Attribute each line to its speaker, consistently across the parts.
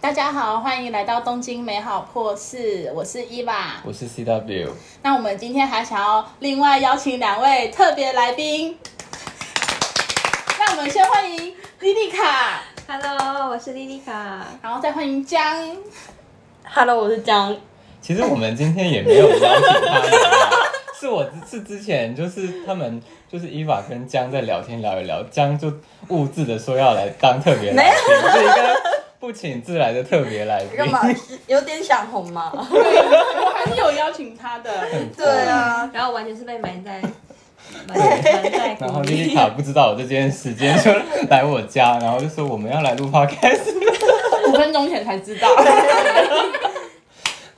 Speaker 1: 大家好，欢迎来到东京美好破事，我是伊娃。
Speaker 2: 我是 CW，
Speaker 1: 那我们今天还想要另外邀请两位特别来宾，那我们先欢迎莉莉卡，
Speaker 3: Hello，我是莉莉卡。
Speaker 1: 然后再欢迎江。
Speaker 3: Hello，我是江。
Speaker 2: 其实我们今天也没有邀请他们 啊，是我是之前就是他们就是伊娃跟江在聊天聊一聊，江就兀自的说要来当特别来宾，是一个不请自来的特别来宾。
Speaker 4: 干嘛？有点想红嘛？
Speaker 1: 对，我还是有邀请他的。
Speaker 4: 对啊，
Speaker 3: 然后完全是被埋 在埋埋在
Speaker 2: 然
Speaker 3: 鼓
Speaker 2: 后莉
Speaker 3: 里
Speaker 2: 莉。卡不知道有这件事情，就来我家，然后就说我们要来录 podcast。
Speaker 1: 五分钟前才 知道。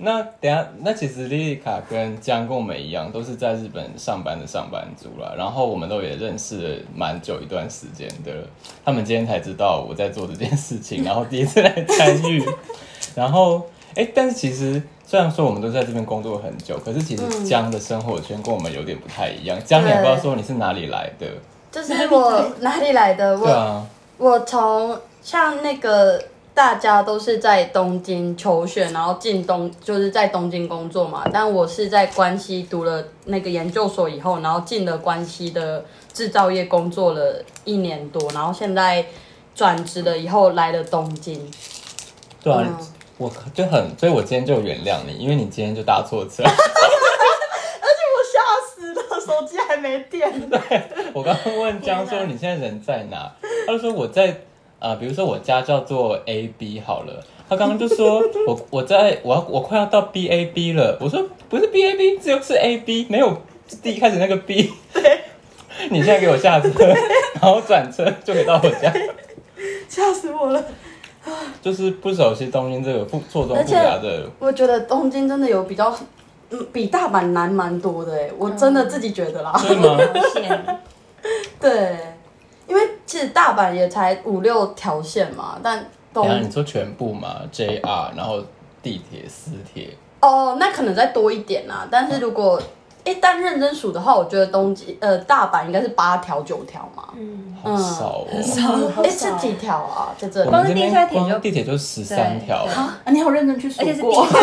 Speaker 2: 那等一下，那其实莉莉卡跟江跟我们一样，都是在日本上班的上班族啦。然后我们都也认识了蛮久一段时间的了，他们今天才知道我在做这件事情， 然后第一次来参与。然后，哎、但是其实虽然说我们都在这边工作很久，可是其实江的生活圈跟我们有点不太一样。江，你要不要说你是哪里来的？
Speaker 4: 就是我哪里来的？我、
Speaker 2: 对啊，
Speaker 4: 我从像那个大家都是在东京求学，然后进东就是在东京工作嘛。但我是在关西读了那个研究所以后，然后进了关西的制造业工作了一年多，然后现在转职了以后来了东京。
Speaker 2: 对啊，
Speaker 4: 嗯
Speaker 2: 我就很，所以我今天就原谅你，因为你今天就搭错车。
Speaker 4: 我吓死了，手机还没电。
Speaker 2: 我刚刚问江说你现在人在哪，他就说我在呃，比如说我家叫做 A B 好了，他刚刚就说我我在我要我快要到 B A B 了，我说不是 B A B，只有是 A B，没有第一开始那个 B。对，你现在给我下车，然后转车就可以到我家。
Speaker 4: 吓死我了！
Speaker 2: 就是不熟悉东京这个复错综
Speaker 4: 而
Speaker 2: 复
Speaker 4: 且
Speaker 2: 杂的，
Speaker 4: 我觉得东京真的有比较，嗯，比大阪难蛮多的哎，我真的自己觉得啦。
Speaker 2: 对吗？
Speaker 3: 条线，
Speaker 4: 对，因为其实大阪也才五六条线嘛，但
Speaker 2: 等一下
Speaker 4: 东
Speaker 2: 你说全部嘛，JR，然后地铁、私铁，
Speaker 4: 哦，那可能再多一点啦。但是如果哎、但认真数的话，我觉得东京呃大阪应该是八条九条嘛。
Speaker 3: 嗯，
Speaker 2: 好少哦。
Speaker 4: 哎、是几条啊？在这
Speaker 2: 我们这
Speaker 4: 里
Speaker 2: 边
Speaker 3: 光是地下铁就
Speaker 2: 光地铁就十三
Speaker 3: 对
Speaker 2: 条，
Speaker 3: 对
Speaker 1: 啊，你好认真去数
Speaker 3: 而且是地
Speaker 1: 过。
Speaker 3: 下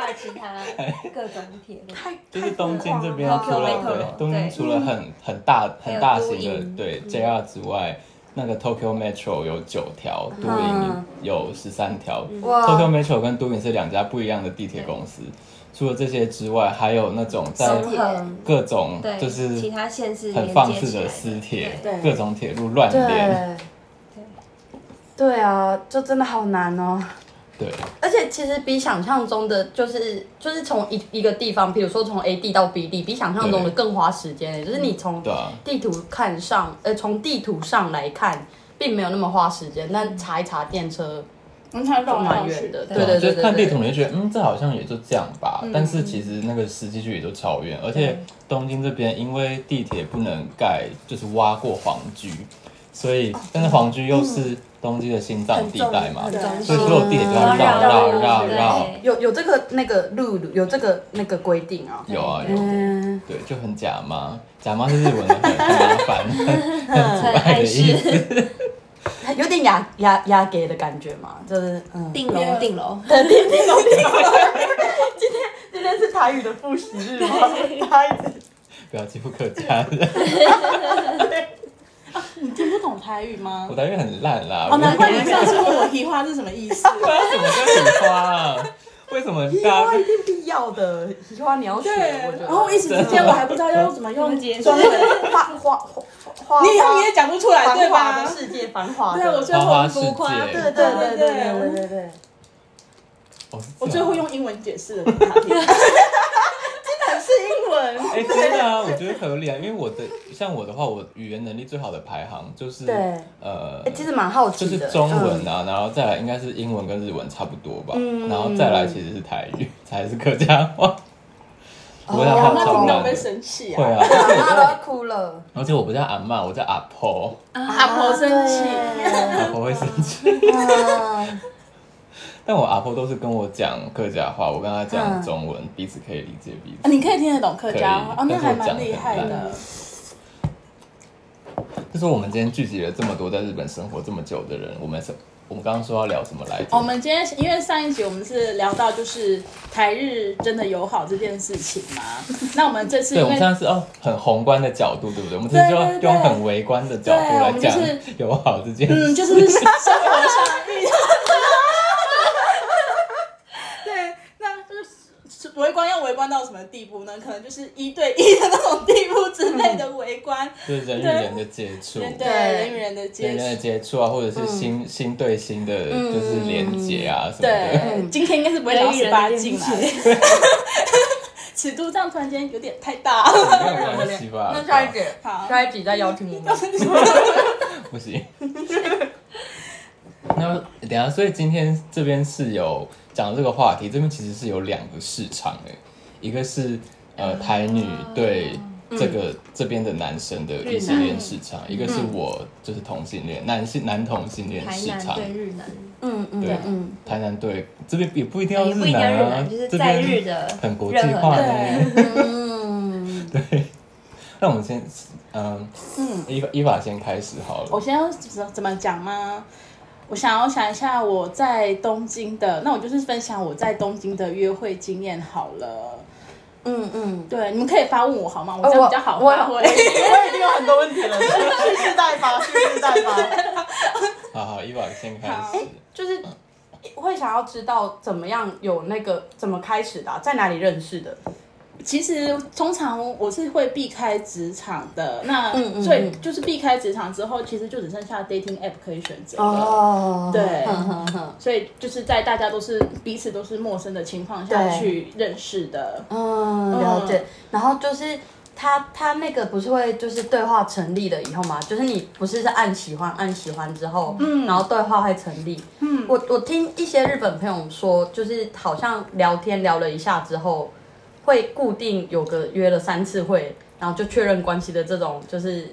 Speaker 3: 还有其他各种铁路。
Speaker 4: 太
Speaker 2: 就是东京这边
Speaker 3: 太
Speaker 2: 除
Speaker 3: 疯
Speaker 2: 了
Speaker 3: 狂了
Speaker 2: 对
Speaker 3: 对嗯
Speaker 2: 东京除了很很大很大型
Speaker 3: 还有都
Speaker 2: 的
Speaker 3: 营嗯
Speaker 2: 对 JR 之外，那个 Tokyo Metro 有九条，都营
Speaker 4: 嗯
Speaker 2: 有十三条。Tokyo
Speaker 3: 嗯
Speaker 4: 哇，
Speaker 2: Metro 跟都营是两家不一样的地铁公司。除了这些之外，还有那种在
Speaker 4: 松横
Speaker 2: 各种
Speaker 3: 对，
Speaker 2: 就是
Speaker 3: 其他线是
Speaker 2: 很
Speaker 3: 连
Speaker 2: 放
Speaker 3: 接
Speaker 2: 肆
Speaker 3: 起来
Speaker 2: 的私铁
Speaker 1: 对，
Speaker 2: 各种铁路乱连。
Speaker 4: 对，对啊，就真的好难哦。
Speaker 2: 对，
Speaker 4: 而且其实比想象中的，就是就是从一一个地方，比如说从 A 地到 B 地，比想象中的
Speaker 2: 对
Speaker 4: 更花时间欸就是你从
Speaker 2: 对啊
Speaker 4: 地图看上，呃，从地图上来看，并没有那么花时间，但查一查电车
Speaker 1: 我们才
Speaker 4: 就
Speaker 1: 绕
Speaker 4: 蛮
Speaker 1: 上
Speaker 4: 远
Speaker 1: 去
Speaker 4: 的。对
Speaker 2: 对啊
Speaker 4: 对
Speaker 2: 就
Speaker 4: 对
Speaker 2: 是看
Speaker 4: 对
Speaker 2: 地图
Speaker 4: 对。嗯
Speaker 2: 你就觉得，嗯，这好像也就这样吧。但是其实那个实际距离都超远，而且东京这边因为地铁不能盖，就是挖过皇居，所以但是皇居又是东京的心脏地带嘛
Speaker 4: 哦嗯很，重
Speaker 1: 对
Speaker 2: 所以
Speaker 4: 很
Speaker 2: 所
Speaker 4: 重
Speaker 2: 有地铁都要
Speaker 3: 绕
Speaker 2: 绕绕
Speaker 3: 绕
Speaker 2: 绕
Speaker 3: 对
Speaker 2: 绕，
Speaker 4: 有有这个那个路有这个那个规定啊。
Speaker 2: 有啊有，
Speaker 4: 嗯，
Speaker 2: 对，就很假妈，假妈是日文的很很麻烦， 很很阻碍的
Speaker 3: 碍
Speaker 2: 意 思。
Speaker 3: 事，
Speaker 4: 有点压压压给的感觉嘛，就是嗯。
Speaker 3: 定楼定楼，
Speaker 4: 今天是台语的复习日吗？台语。
Speaker 2: 不要欺负客家人，
Speaker 1: 你听不懂台语吗
Speaker 2: 我？台语很烂啦。
Speaker 1: 哦，难怪
Speaker 2: 我
Speaker 1: 你上次问我提花是什么意 思。
Speaker 2: 不然怎么叫雨花啊？为什么大家
Speaker 4: 一定必要的，喜欢你要学，我觉得。
Speaker 1: 然后一时之间我还不知道要用怎么用
Speaker 3: 结束
Speaker 1: 中
Speaker 4: 装
Speaker 1: 文，
Speaker 4: 的花花花花，
Speaker 1: 你以后你也讲不出来对
Speaker 4: 繁哦华
Speaker 1: 吧
Speaker 4: 的？世界，繁华的。
Speaker 1: 对，啊我最
Speaker 2: 花
Speaker 1: 后
Speaker 2: 花世
Speaker 3: 浮夸
Speaker 2: 界
Speaker 4: 对？对对对对对对，
Speaker 2: 哦是这
Speaker 1: 我
Speaker 2: 样
Speaker 1: 最后用英文解释了 给他听。
Speaker 4: 但是英文。
Speaker 2: 哎、真的啊，我觉得合理啊，因为我的像我的话，我语言能力最好的排行就是
Speaker 4: 对
Speaker 2: 呃
Speaker 4: 哎，，其实蛮好
Speaker 2: 就
Speaker 4: 奇
Speaker 2: 是
Speaker 4: 的。
Speaker 2: 中文啊，然后再来应该是英文跟日文差不多吧，
Speaker 4: 嗯
Speaker 2: 然后再来其实是台语，才是客家话。
Speaker 4: 哦
Speaker 2: 我想
Speaker 1: 我
Speaker 2: 他
Speaker 1: 那
Speaker 2: 超
Speaker 1: 听到
Speaker 2: 烂
Speaker 1: 会
Speaker 2: 的，
Speaker 1: 生气
Speaker 2: 会
Speaker 1: 啊！
Speaker 2: 啊，
Speaker 4: 嗯，阿妈都要哭了，
Speaker 2: 而且我不叫阿嬷，我叫阿婆，
Speaker 4: 啊
Speaker 1: 阿婆生气，
Speaker 2: 阿婆会生气。
Speaker 4: 对嗯
Speaker 2: 但我阿婆都是跟我讲客家话，我跟她讲
Speaker 4: 嗯
Speaker 2: 中文，彼此可以理解彼
Speaker 1: 啊
Speaker 2: 此。
Speaker 1: 你可以听得懂客家话
Speaker 2: 可以
Speaker 1: 哦，那
Speaker 2: 但是
Speaker 1: 还
Speaker 2: 我讲
Speaker 1: 蛮
Speaker 2: 得
Speaker 1: 厉
Speaker 2: 很
Speaker 1: 害
Speaker 2: 烂
Speaker 1: 的。
Speaker 2: 就是我们今天聚集了这么多在日本生活这么久的人，我们是我们刚刚说要聊什么来着？
Speaker 1: 我们今天因为上一集我们是聊到就是台日真的友好这件事情嘛，那我们这次
Speaker 2: 对，
Speaker 1: 因
Speaker 2: 我们
Speaker 1: 为
Speaker 2: 现在是哦，很宏观的角度，对不对？我们这次就
Speaker 1: 对
Speaker 2: 要
Speaker 1: 对对
Speaker 2: 用很微观的角度
Speaker 1: 对我
Speaker 2: 来
Speaker 1: 们就
Speaker 2: 讲
Speaker 1: 是
Speaker 2: 友好这件
Speaker 1: 嗯，
Speaker 2: 事。
Speaker 1: 就是生活上遇到，对，那就是围观要围观到什么地步呢？可能就是一对一的那种地步之类的围观，
Speaker 2: 就是人与
Speaker 1: 对
Speaker 2: 人的接触，
Speaker 1: 对
Speaker 2: 人
Speaker 1: 人与人的
Speaker 2: 与
Speaker 1: 接
Speaker 2: 人的
Speaker 1: 触。
Speaker 2: 接触啊，或者是心心对心的，就是连接啊什么的。
Speaker 1: 嗯对，今天应该是不会聊
Speaker 3: 人与
Speaker 1: 十
Speaker 3: 人的
Speaker 1: 八
Speaker 3: 连
Speaker 1: 禁啦，尺度这样突然间有点太大。
Speaker 2: 没有关系 吧？
Speaker 4: 那下一集，
Speaker 1: 好
Speaker 4: 下一集再邀请我们。
Speaker 2: 不行。 那等一下，所以今天这边是有讲这个话题，这边其实是有两个市场诶、一个是呃
Speaker 3: 啊
Speaker 2: 台女对
Speaker 3: 嗯
Speaker 2: 这个、这边的男生的异性恋市场，一个是
Speaker 3: 嗯
Speaker 2: 我就是同性恋男性男同性恋
Speaker 3: 台
Speaker 2: 市
Speaker 3: 南
Speaker 2: 场，
Speaker 3: 对日南，
Speaker 4: 嗯嗯
Speaker 2: 对
Speaker 4: 嗯，
Speaker 2: 台南对这边也不一定要
Speaker 3: 也哎不一定要日
Speaker 2: 男啊
Speaker 3: 南，就是，
Speaker 2: 这
Speaker 3: 在日
Speaker 2: 边
Speaker 3: 的
Speaker 2: 很国际
Speaker 3: 任何
Speaker 2: 化
Speaker 3: 的
Speaker 2: 呢、
Speaker 1: 对
Speaker 4: 嗯，
Speaker 2: 那我们先嗯嗯，依法依法先开始好了
Speaker 1: 我。先要怎么怎么讲吗？我想要想一下我在东京的，那我就是分享我在东京的约会经验好了。
Speaker 4: 嗯嗯，
Speaker 1: 对，你们可以发问我好吗？我
Speaker 4: 哦
Speaker 1: 这样
Speaker 4: 我
Speaker 1: 比较好
Speaker 4: 我
Speaker 1: 发挥。
Speaker 4: 我已经有很多问题了，蓄势待发，蓄势待发。
Speaker 2: 好好，依法先开
Speaker 1: 好
Speaker 2: 始。
Speaker 4: 就是会想要知道怎么样有那个怎么开始的啊、在哪里认识的？
Speaker 1: 其实通常我是会避开职场的，那
Speaker 4: 嗯嗯
Speaker 1: 最
Speaker 4: 嗯
Speaker 1: 就是避开职场之后，其实就只剩下 dating app 可以选择了。
Speaker 4: 哦
Speaker 1: 对
Speaker 4: 哼哼
Speaker 1: 所以就是在大家都是彼此都是陌生的情况下
Speaker 4: 对
Speaker 1: 去认识的。
Speaker 4: 嗯，了解。然后就是他他那个不是会就是对话成立了以后嘛，就是你不是是按喜欢按喜欢之后，嗯，然后对话会成立。嗯，我我听一些日本朋友说，就是好像聊天聊了一下之后，会固定有个约了三次会，然后就确认关系的这种就是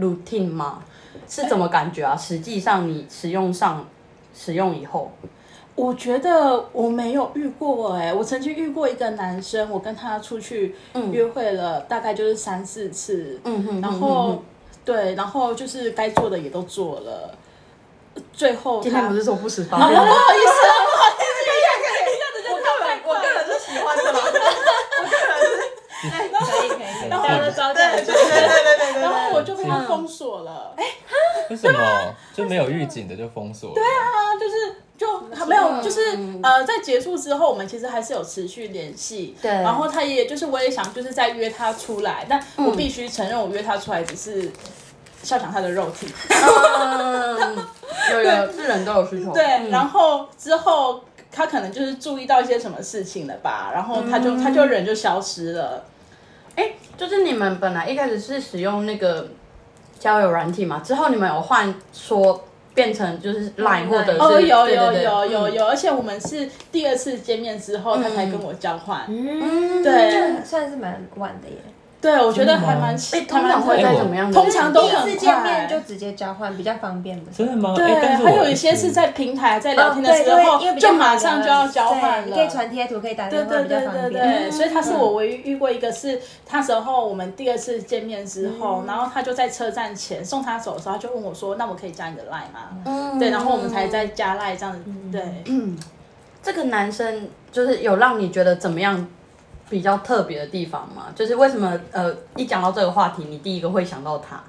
Speaker 4: routine 嘛，是怎么感觉啊？实际上你使用上使用以后，
Speaker 1: 我觉得我没有遇过哎、我曾经遇过一个男生，我跟他出去约会了，大概就是三四次，
Speaker 4: 嗯哼
Speaker 1: 然后、对，然后就是该做的也都做了，最后
Speaker 4: 今天
Speaker 1: 他
Speaker 4: 不是说不十 八吗？
Speaker 1: 哦不好意思啊，不好意思
Speaker 4: 我个人我个人是喜欢的啦，
Speaker 3: 可以可以，
Speaker 2: 然后
Speaker 3: 大家都招架得住。
Speaker 4: 对对对
Speaker 1: 然后我就被他封锁了，哎、
Speaker 2: 为什么就没有预警的就封锁？对啊，
Speaker 1: 他就是。就他没有，就是呃，在结束之后，我们其实还是有持续联系。
Speaker 4: 对
Speaker 1: 然后他也就是我也想就是在约他出来，但
Speaker 4: 嗯
Speaker 1: 我必须承认，我约他出来只是效想他的肉 体。
Speaker 4: 嗯，有有是人都有 需求，
Speaker 1: 对，然后之后他可能就是注意到一些什么事情了吧，然后他就、
Speaker 4: 嗯
Speaker 1: 他就人就消失了。
Speaker 4: 哎，就是你们本来一开始是使用那个交友软体嘛，之后你们有换说变成就是 Line 或者是
Speaker 1: 哦，
Speaker 4: 对
Speaker 1: 有
Speaker 4: 对
Speaker 1: 有
Speaker 4: 对
Speaker 1: 有有
Speaker 4: 嗯
Speaker 1: 有，而且我们是第二次见面之后，他才跟我交换。
Speaker 4: 嗯
Speaker 1: 对
Speaker 3: 这很算是蛮晚的耶。
Speaker 1: 对，我觉得还蛮
Speaker 4: 哎，
Speaker 1: 还
Speaker 4: 通
Speaker 1: 蛮
Speaker 4: 常会
Speaker 2: 哎
Speaker 4: 在
Speaker 2: 我
Speaker 4: 怎么样的？
Speaker 1: 通常都
Speaker 3: 第一
Speaker 1: 很
Speaker 3: 次
Speaker 1: 快
Speaker 3: 见面就直接交换，比较方便的。
Speaker 2: 真的吗？
Speaker 1: 对
Speaker 2: 哎，但是
Speaker 1: 还
Speaker 2: 我
Speaker 1: 有一些是在平台在聊天的
Speaker 3: 哦对，因
Speaker 1: 时候
Speaker 3: 为因为，比较
Speaker 1: 就
Speaker 3: 好
Speaker 1: 马上
Speaker 3: 聊
Speaker 1: 就要交换
Speaker 3: 对
Speaker 1: 了。
Speaker 3: 你可以传贴图，可以打
Speaker 1: 对
Speaker 3: 电话，
Speaker 1: 对
Speaker 3: 比
Speaker 1: 对
Speaker 3: 较方
Speaker 1: 对
Speaker 3: 便。嗯
Speaker 1: 对，所以他是我唯一遇过一个是，他时候我们第二次见面之
Speaker 3: 嗯
Speaker 1: 后，然后他就在车站前送他走的时候，他就问我说：“那我可以加你的 line 吗？”
Speaker 4: 嗯
Speaker 1: 对，然后我们才在加 line 这样子。
Speaker 3: 嗯
Speaker 1: 对，
Speaker 4: 这个男生就是有让你觉得怎么样比较特别的地方吗？就是为什么呃一讲到这个话题，你第一个会想到他？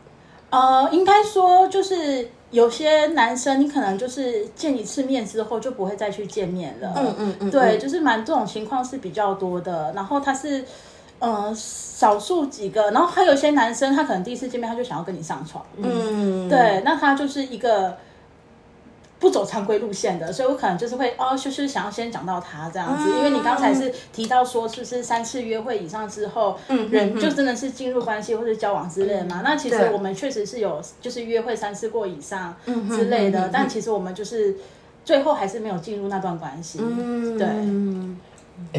Speaker 1: 呃，应该说就是有些男生，你可能就是见一次面之后就不会再去见面了。
Speaker 4: 嗯嗯嗯
Speaker 1: 对，
Speaker 4: 嗯
Speaker 1: 就是蛮这种情况是比较多的。然后他是。呃，少数几个，然后还有一些男生，他可能第一次见面他就想要跟你上床，
Speaker 4: 嗯，
Speaker 1: 对，那他就是一个不走常规路线的，所以我可能就是会哦，就是想要先讲到他这样子，
Speaker 4: 嗯
Speaker 1: 因为你刚才是提到说，是不是三次约会以上之后，嗯人就真的是进入关系或者交往之类的嘛？那其实
Speaker 4: 嗯对
Speaker 1: 我们确实是有就是约会三次过以上之类
Speaker 4: 嗯
Speaker 1: 的，
Speaker 4: 哼
Speaker 1: 但其实我们就是最后还是没有进入那段关系。
Speaker 4: 嗯，
Speaker 1: 对，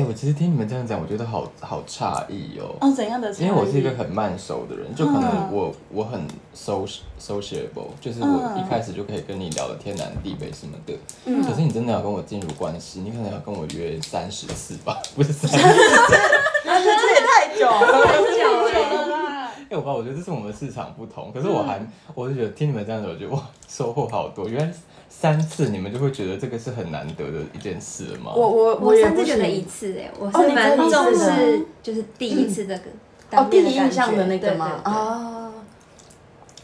Speaker 2: 哎、我其实听你们这样讲，我觉得好好诧异哦，
Speaker 1: 哦，怎样的差异？
Speaker 2: 因为我是一个很慢熟的人，就可能我、我很 social sociable，就是我
Speaker 1: 嗯
Speaker 2: 一开始就可以跟你聊的天南地北什么的。可是你真的要跟我进入关系，你可能要跟我约三十 次吧，不是三十。
Speaker 4: 那这也太久了。
Speaker 1: 很久了啦。
Speaker 2: 我不知道，我觉得这是我们市场不同。可是
Speaker 1: 嗯
Speaker 2: 我还，我就觉得听你们这样子，我觉得哇，收获好多。原来三次你们就会觉得这个是很难得的一件事了吗？
Speaker 4: 我我
Speaker 3: 我
Speaker 4: 也
Speaker 3: 甚
Speaker 4: 不
Speaker 3: 至觉得
Speaker 4: 行
Speaker 3: 一次哎、我
Speaker 4: 哦
Speaker 3: 是
Speaker 4: 你
Speaker 3: 蛮
Speaker 4: 可以
Speaker 3: 重
Speaker 4: 是的
Speaker 3: 视，就是第一次这个
Speaker 4: 哦
Speaker 3: 当，
Speaker 4: 第
Speaker 3: 面
Speaker 4: 一
Speaker 3: 感
Speaker 4: 印象
Speaker 3: 觉
Speaker 4: 的那个
Speaker 3: 对
Speaker 4: 吗？
Speaker 3: 对对
Speaker 4: 啊，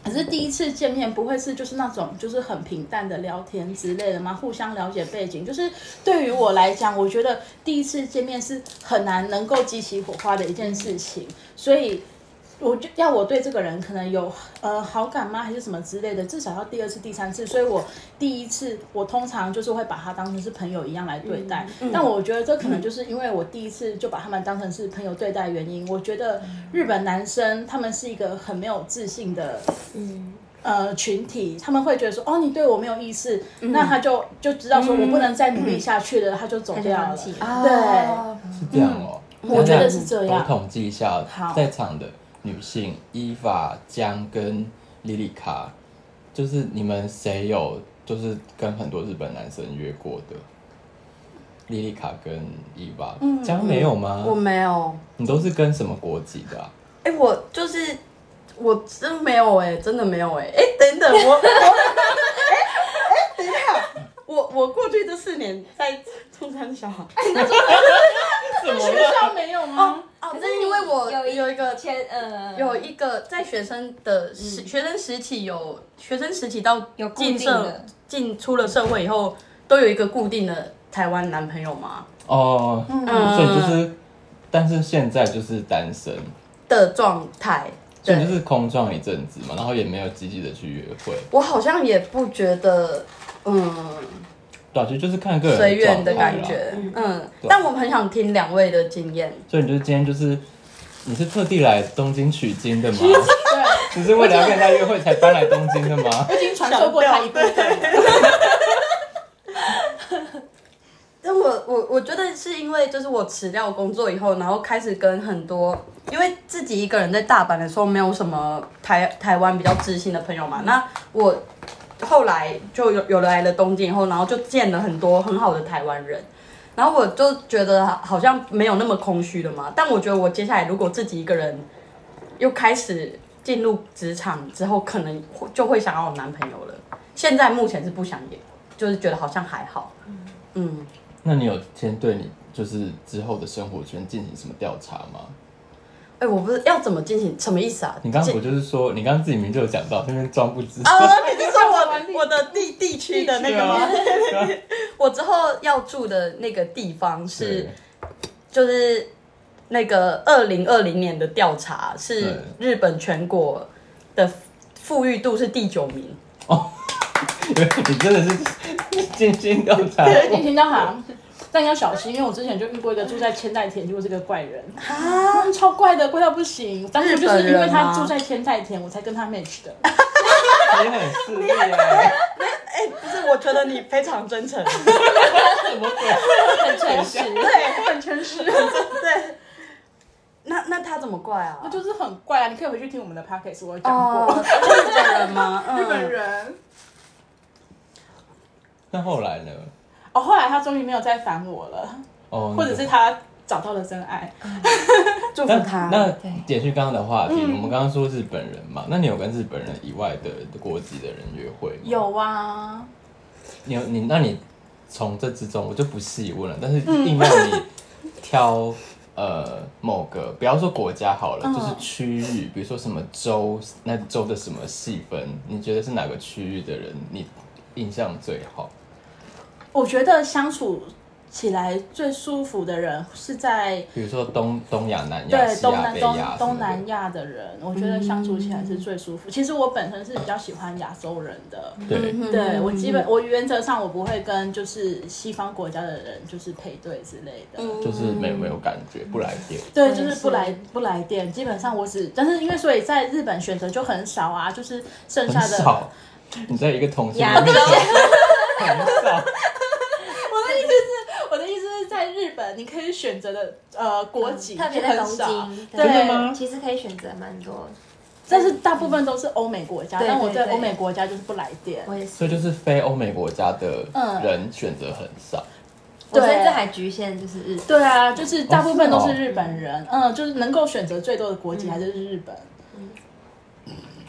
Speaker 1: 可是第一次见面不会是就是那种就是很平淡的聊天之类的吗？互相了解背景，就是对于我来讲，我觉得第一次见面是很难能够激起火花的一件事情，所以。我就要我对这个人可能有呃好感吗，还是什么之类的，至少要第二次、第三次。所以我第一次我通常就是会把他当成是朋友一样来对待，但我觉得这可能就是因为我第一次就把他们当成是朋友对待原因。我觉得日本男生他们是一个很没有自信的呃群体，他们会觉得说，哦，你对我没有意思，那他就就知道说我不能再努力下去了，他就走
Speaker 3: 他就
Speaker 1: 掉
Speaker 3: 放
Speaker 1: 了。
Speaker 3: 弃了。
Speaker 4: 啊
Speaker 1: 对
Speaker 2: 是这样哦、
Speaker 1: 我觉得是这样
Speaker 2: 我统计一下
Speaker 1: 好，
Speaker 2: 在场的女性伊法、江跟莉莉卡，就是你们谁有就是跟很多日本男生约过的？莉莉卡跟伊娃，江没有吗？
Speaker 4: 嗯我没有，
Speaker 2: 你都是跟什么国籍的、啊？
Speaker 4: 哎、我就是我真没有哎、真的没有哎、哎、等等 我我哎哎等一下，哦我我过去这四年在中山小孩，
Speaker 2: 怎么
Speaker 1: 学校没有 吗？
Speaker 4: 哦
Speaker 3: 可
Speaker 4: 那
Speaker 3: 是你
Speaker 4: 因为我
Speaker 3: 有一
Speaker 4: 有一个
Speaker 3: 前呃
Speaker 4: 有一个在学生的时、学生时期有学生时期到
Speaker 3: 有固
Speaker 4: 进
Speaker 3: 定
Speaker 4: 社
Speaker 3: 的
Speaker 4: 进出了社会以后，都有一个固定的台湾男朋友嘛
Speaker 2: 哦，
Speaker 4: 嗯
Speaker 2: 所以就是，但是现在就是单身，
Speaker 4: 的状态。
Speaker 2: 所
Speaker 4: 对，
Speaker 2: 以就是空撞一阵子嘛，然后也没有积极的去约会，
Speaker 4: 我好像也不觉得，嗯，
Speaker 2: 对啊，其实就是看个人
Speaker 4: 随缘的
Speaker 2: 状态啊
Speaker 4: 感
Speaker 2: 啦
Speaker 4: 觉，嗯，
Speaker 2: 对
Speaker 4: 但我很想听两位的经验。
Speaker 2: 所以你就是今天就是，你是特地来东京取经的吗？
Speaker 1: 对，
Speaker 2: 只是为了要跟人家约会才搬来东京的吗？
Speaker 1: 我已经传授过他一部分了。
Speaker 4: 但我我我觉得是因为就是我辞掉工作以后，然后开始跟很多，因为自己一个人在大阪的时候，没有什么台台湾比较知心的朋友嘛。那我后来就有有了来了东京以后，然后就见了很多很好的台湾人，然后我就觉得好像没有那么空虚了嘛。但我觉得我接下来如果自己一个人又开始进入职场之后，可能会就会想要有男朋友了。现在目前是不想也，就是觉得好像还好，嗯
Speaker 2: 那你有先对你就是之后的生活圈进行什么调查吗？
Speaker 4: 哎、我不是要怎么进行？什么意思啊？
Speaker 2: 你刚刚
Speaker 4: 进
Speaker 2: 不就是说，你刚刚自己明明就有讲到，这边装不知。
Speaker 4: 啊，你是说 我我的地地区啊的那个吗？ 我之后要住的那个地方是
Speaker 2: 对，啊
Speaker 4: 就是那个二零二零年的调查是日本全国的富裕度是第九名，
Speaker 2: 你真的是精心调查 过。
Speaker 1: 对，进行到行，但要小心，因为我之前就遇过一个住在千代田，结果是个怪人，啊，超怪的，怪到不行。当初就是因为他住在千代田，我才跟他 match 的。
Speaker 2: 你很势利耶，
Speaker 4: 哎不是？我觉得你非常真诚，
Speaker 2: 什么鬼？
Speaker 1: 很诚实，
Speaker 4: 对，
Speaker 1: 很诚实，
Speaker 4: 对。那那他怎么怪啊？
Speaker 1: 他就是很怪啊！你可以回去听我们的 podcast，我有讲过、
Speaker 4: 哦， 日本人吗？嗯
Speaker 1: 日本。人。
Speaker 2: 那后来呢？
Speaker 1: 哦，后来他终于没有再烦我了，
Speaker 2: 哦，
Speaker 1: 或者是他找到了真爱。
Speaker 4: 祝福
Speaker 2: 那
Speaker 4: 他。
Speaker 2: 那
Speaker 3: 对
Speaker 2: 延续刚刚的话题，我们刚刚说日本人嘛，那你有跟日本人以外的国籍的人约会吗？
Speaker 1: 有啊，
Speaker 2: 你有你，那你从这之中，我就不细问了，但是硬要你挑呃某个，不要说国家好了，就是
Speaker 1: 嗯
Speaker 2: 区域，比如说什么州，那州的什么细分，你觉得是哪个区域的人你印象最好？
Speaker 1: 我觉得相处起来最舒服的人是在
Speaker 2: 比如说东东亚、南亚、
Speaker 1: 对
Speaker 2: 西
Speaker 1: 东
Speaker 2: 亚、
Speaker 1: 南
Speaker 2: 北
Speaker 1: 东
Speaker 2: 亚、
Speaker 1: 东南。亚的人，我觉得相处起来是最舒服。其实我本身是比较喜欢亚洲人的，
Speaker 2: 对，
Speaker 1: 对我基本我原则上我不会跟就是西方国家的人就是配对之类的。
Speaker 2: 就是没有没有感觉，不来电。
Speaker 1: 对，
Speaker 4: 也
Speaker 1: 就是
Speaker 4: 是
Speaker 1: 不来不来电，基本上我只，但是因为所以在日本选择就很少啊，就是剩
Speaker 2: 很
Speaker 1: 下的
Speaker 2: 少。你在一个同性
Speaker 3: 亚
Speaker 2: 恋面前， 很少。
Speaker 1: 我的意思是在日本你可以选择的呃
Speaker 5: 嗯
Speaker 1: 国籍
Speaker 3: 特别在
Speaker 1: 很
Speaker 3: 东
Speaker 1: 少，
Speaker 3: 京，
Speaker 1: 对
Speaker 2: 吗
Speaker 3: 其实可以选择蛮多。
Speaker 1: 但是大部分都是欧美国家，
Speaker 3: 对
Speaker 1: 但我
Speaker 3: 对
Speaker 1: 对
Speaker 3: 对
Speaker 1: 欧美国家就是不来电。
Speaker 3: 我也
Speaker 2: 所
Speaker 3: 是，
Speaker 2: 以就是非欧美国家的
Speaker 1: 嗯
Speaker 2: 人选择很少。
Speaker 3: 我
Speaker 1: 对
Speaker 3: 甚至还局限就是日本。
Speaker 1: 对啊，就是大部分都
Speaker 2: 哦嗯
Speaker 1: 是
Speaker 2: 是哦
Speaker 1: 日本人，嗯，就是能够选择最多的国籍还是日本。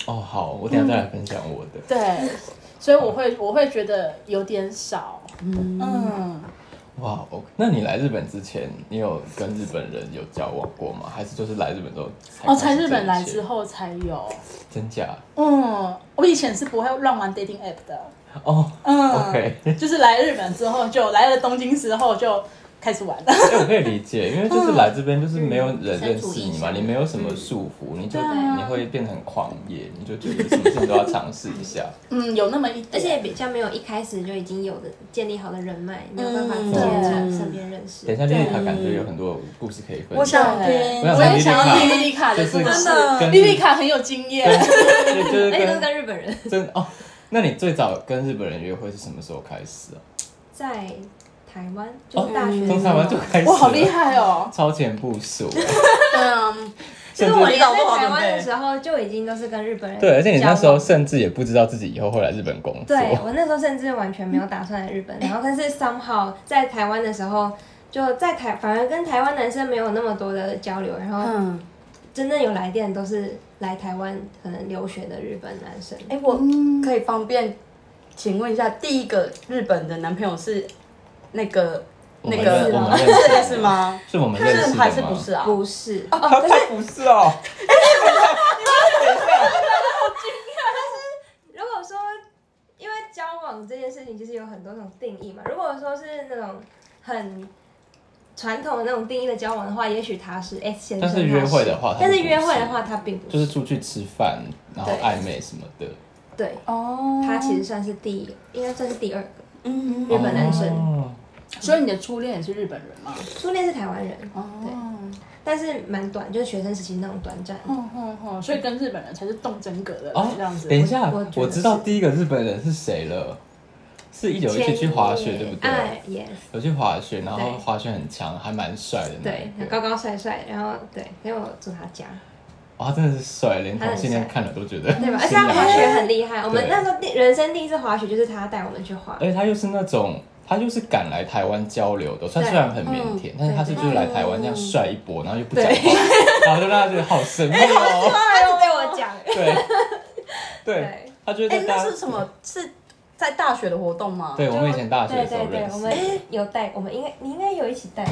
Speaker 2: 哦，好，我等一下再来分享我的。
Speaker 1: 对，所以我会我会觉得有点少，嗯，
Speaker 2: 哇，OK，那你来日本之前，你有跟日本人有交往过吗？还是就是来日本之后才？
Speaker 1: 哦，才日本来之，后才有，
Speaker 2: 真假？
Speaker 1: 嗯，我以前是不会乱玩 dating app 的，
Speaker 2: 哦，
Speaker 1: 嗯
Speaker 2: OK
Speaker 1: 就是来日本之后就来了东京之后就开始玩了，
Speaker 2: 哎、我可以理解，因为就是来这边就是没有人认识你嘛，
Speaker 5: 嗯
Speaker 2: 你没有什么束缚，你就
Speaker 1: 对啊
Speaker 2: 你会变得很狂野，你就觉得什么事情都要尝试 一下。
Speaker 1: 嗯，有那么一点，
Speaker 5: 而且比较没有一开始就已经有的建立好的人脉，没有办法直
Speaker 4: 嗯
Speaker 5: 接从
Speaker 1: 对
Speaker 5: 身边认识
Speaker 2: 等一。下，丽丽卡感觉有很多故事可以分
Speaker 4: 我
Speaker 2: 享。
Speaker 4: 想听
Speaker 1: 对，
Speaker 2: 我想
Speaker 1: 我也想要
Speaker 2: 听
Speaker 1: 听
Speaker 2: 莉
Speaker 1: 莉
Speaker 2: 莉
Speaker 1: 莉
Speaker 2: 卡
Speaker 1: 卡
Speaker 2: 就
Speaker 1: 的
Speaker 2: 是
Speaker 1: 故事
Speaker 2: 跟，
Speaker 1: 莉莉卡哎很有经验，
Speaker 2: 对，就是
Speaker 5: 而且都
Speaker 2: 跟
Speaker 5: 是跟日本人，
Speaker 2: 真哦。那你最早跟日本人约会是什么时候开始啊？
Speaker 5: 在台湾就
Speaker 2: 哦
Speaker 5: 是大学，
Speaker 2: 从台湾就开始，
Speaker 1: 哇，好厉，害哦，
Speaker 2: 超前部署。
Speaker 4: 对啊，
Speaker 2: 甚
Speaker 5: 就是
Speaker 2: 至
Speaker 5: 我连
Speaker 4: 早
Speaker 5: 在
Speaker 4: 都好
Speaker 5: 台
Speaker 4: 准
Speaker 5: 湾的
Speaker 4: 备
Speaker 5: 时候就已经都是跟日本人
Speaker 2: 对，而且你那时
Speaker 5: 交
Speaker 2: 候
Speaker 5: 往
Speaker 2: 甚至也不知道自己以后会来日本工作。
Speaker 5: 对我那时候甚至完全没有打算来日 本，然后但是 somehow 在台湾的时候，就在台反而跟台湾男生没有那么多的交流，然后
Speaker 4: 嗯，
Speaker 5: 真正有来电都是来台湾可能留学的日本男生。
Speaker 4: 哎、我
Speaker 2: 嗯
Speaker 1: 嗯
Speaker 4: 可以方便请问一下，第一个日本的男朋友是那个
Speaker 2: 我
Speaker 4: 那
Speaker 2: 们
Speaker 4: 个
Speaker 2: 认我们
Speaker 4: 是
Speaker 2: 认识的
Speaker 4: 认识吗？
Speaker 2: 是我们认识的
Speaker 4: 是
Speaker 2: 吗？
Speaker 4: 还是不是啊？
Speaker 5: 不是，
Speaker 2: 他才不是哦。
Speaker 5: 如果说因为交往这件事情其实有很多种定义嘛，如果说是那种很传统的那种定义的交往的话，也许他是 S 先生，
Speaker 2: 但是约会的话
Speaker 5: 他是但
Speaker 2: 他
Speaker 5: 是
Speaker 2: 是不
Speaker 5: 约会
Speaker 2: 是
Speaker 5: 的话他并不，
Speaker 2: 就是是出去吃饭，然后
Speaker 5: 对
Speaker 2: 暧昧什么的。
Speaker 5: 对
Speaker 1: 哦
Speaker 5: 他其实算是第一，应该算是第二个。
Speaker 4: 嗯，
Speaker 5: 日本男生
Speaker 2: 哦
Speaker 1: 所以你的初恋也是日本人吗？
Speaker 5: 初恋是台湾人，对，
Speaker 1: 哦，
Speaker 5: 但是蛮短，就是学生时期那种短暂。
Speaker 2: 嗯
Speaker 1: 哦哦哦，所以跟日本人才是动真格的
Speaker 2: 哦
Speaker 1: 这样子。
Speaker 2: 等一下
Speaker 5: 我我觉，得
Speaker 2: 我知道
Speaker 5: 是
Speaker 2: 第一个日本人是谁了，是一有一起去滑雪，对不嗯对？
Speaker 5: 哎，yes，
Speaker 2: 有去滑雪，然后
Speaker 5: 对
Speaker 2: 滑雪很强，还蛮帅的那
Speaker 5: 对
Speaker 2: 一，个。
Speaker 5: 高高帅帅，然后对，因为我住他家，
Speaker 2: 哇，哦他真的是帅，连
Speaker 5: 他很
Speaker 2: 同性恋
Speaker 5: 帅
Speaker 2: 看了都觉得。
Speaker 5: 对吧？而且他滑雪很厉害，我们
Speaker 2: 对
Speaker 5: 那时候第人生第一次滑雪就是他带我们去滑
Speaker 2: 而，且他又是那种，他又是敢来台湾交流的，他
Speaker 5: 对嗯
Speaker 2: 虽然很腼腆，但是他是就是来台湾这样帅一波，然后又不讲话，然后就让他觉得 好神秘
Speaker 5: 哎
Speaker 2: 哦。
Speaker 5: 他就对我讲，
Speaker 2: 对对
Speaker 5: 对，
Speaker 2: 他觉
Speaker 4: 哎、
Speaker 2: 得大
Speaker 4: 那
Speaker 2: 家
Speaker 4: 是什么？是在大学的活动吗？
Speaker 2: 对，我们以前大学的
Speaker 5: 对
Speaker 2: 时
Speaker 5: 对
Speaker 2: 候
Speaker 5: 对
Speaker 2: 认，
Speaker 5: 我
Speaker 2: 识。
Speaker 5: 们有带，我们应该你应该有一起带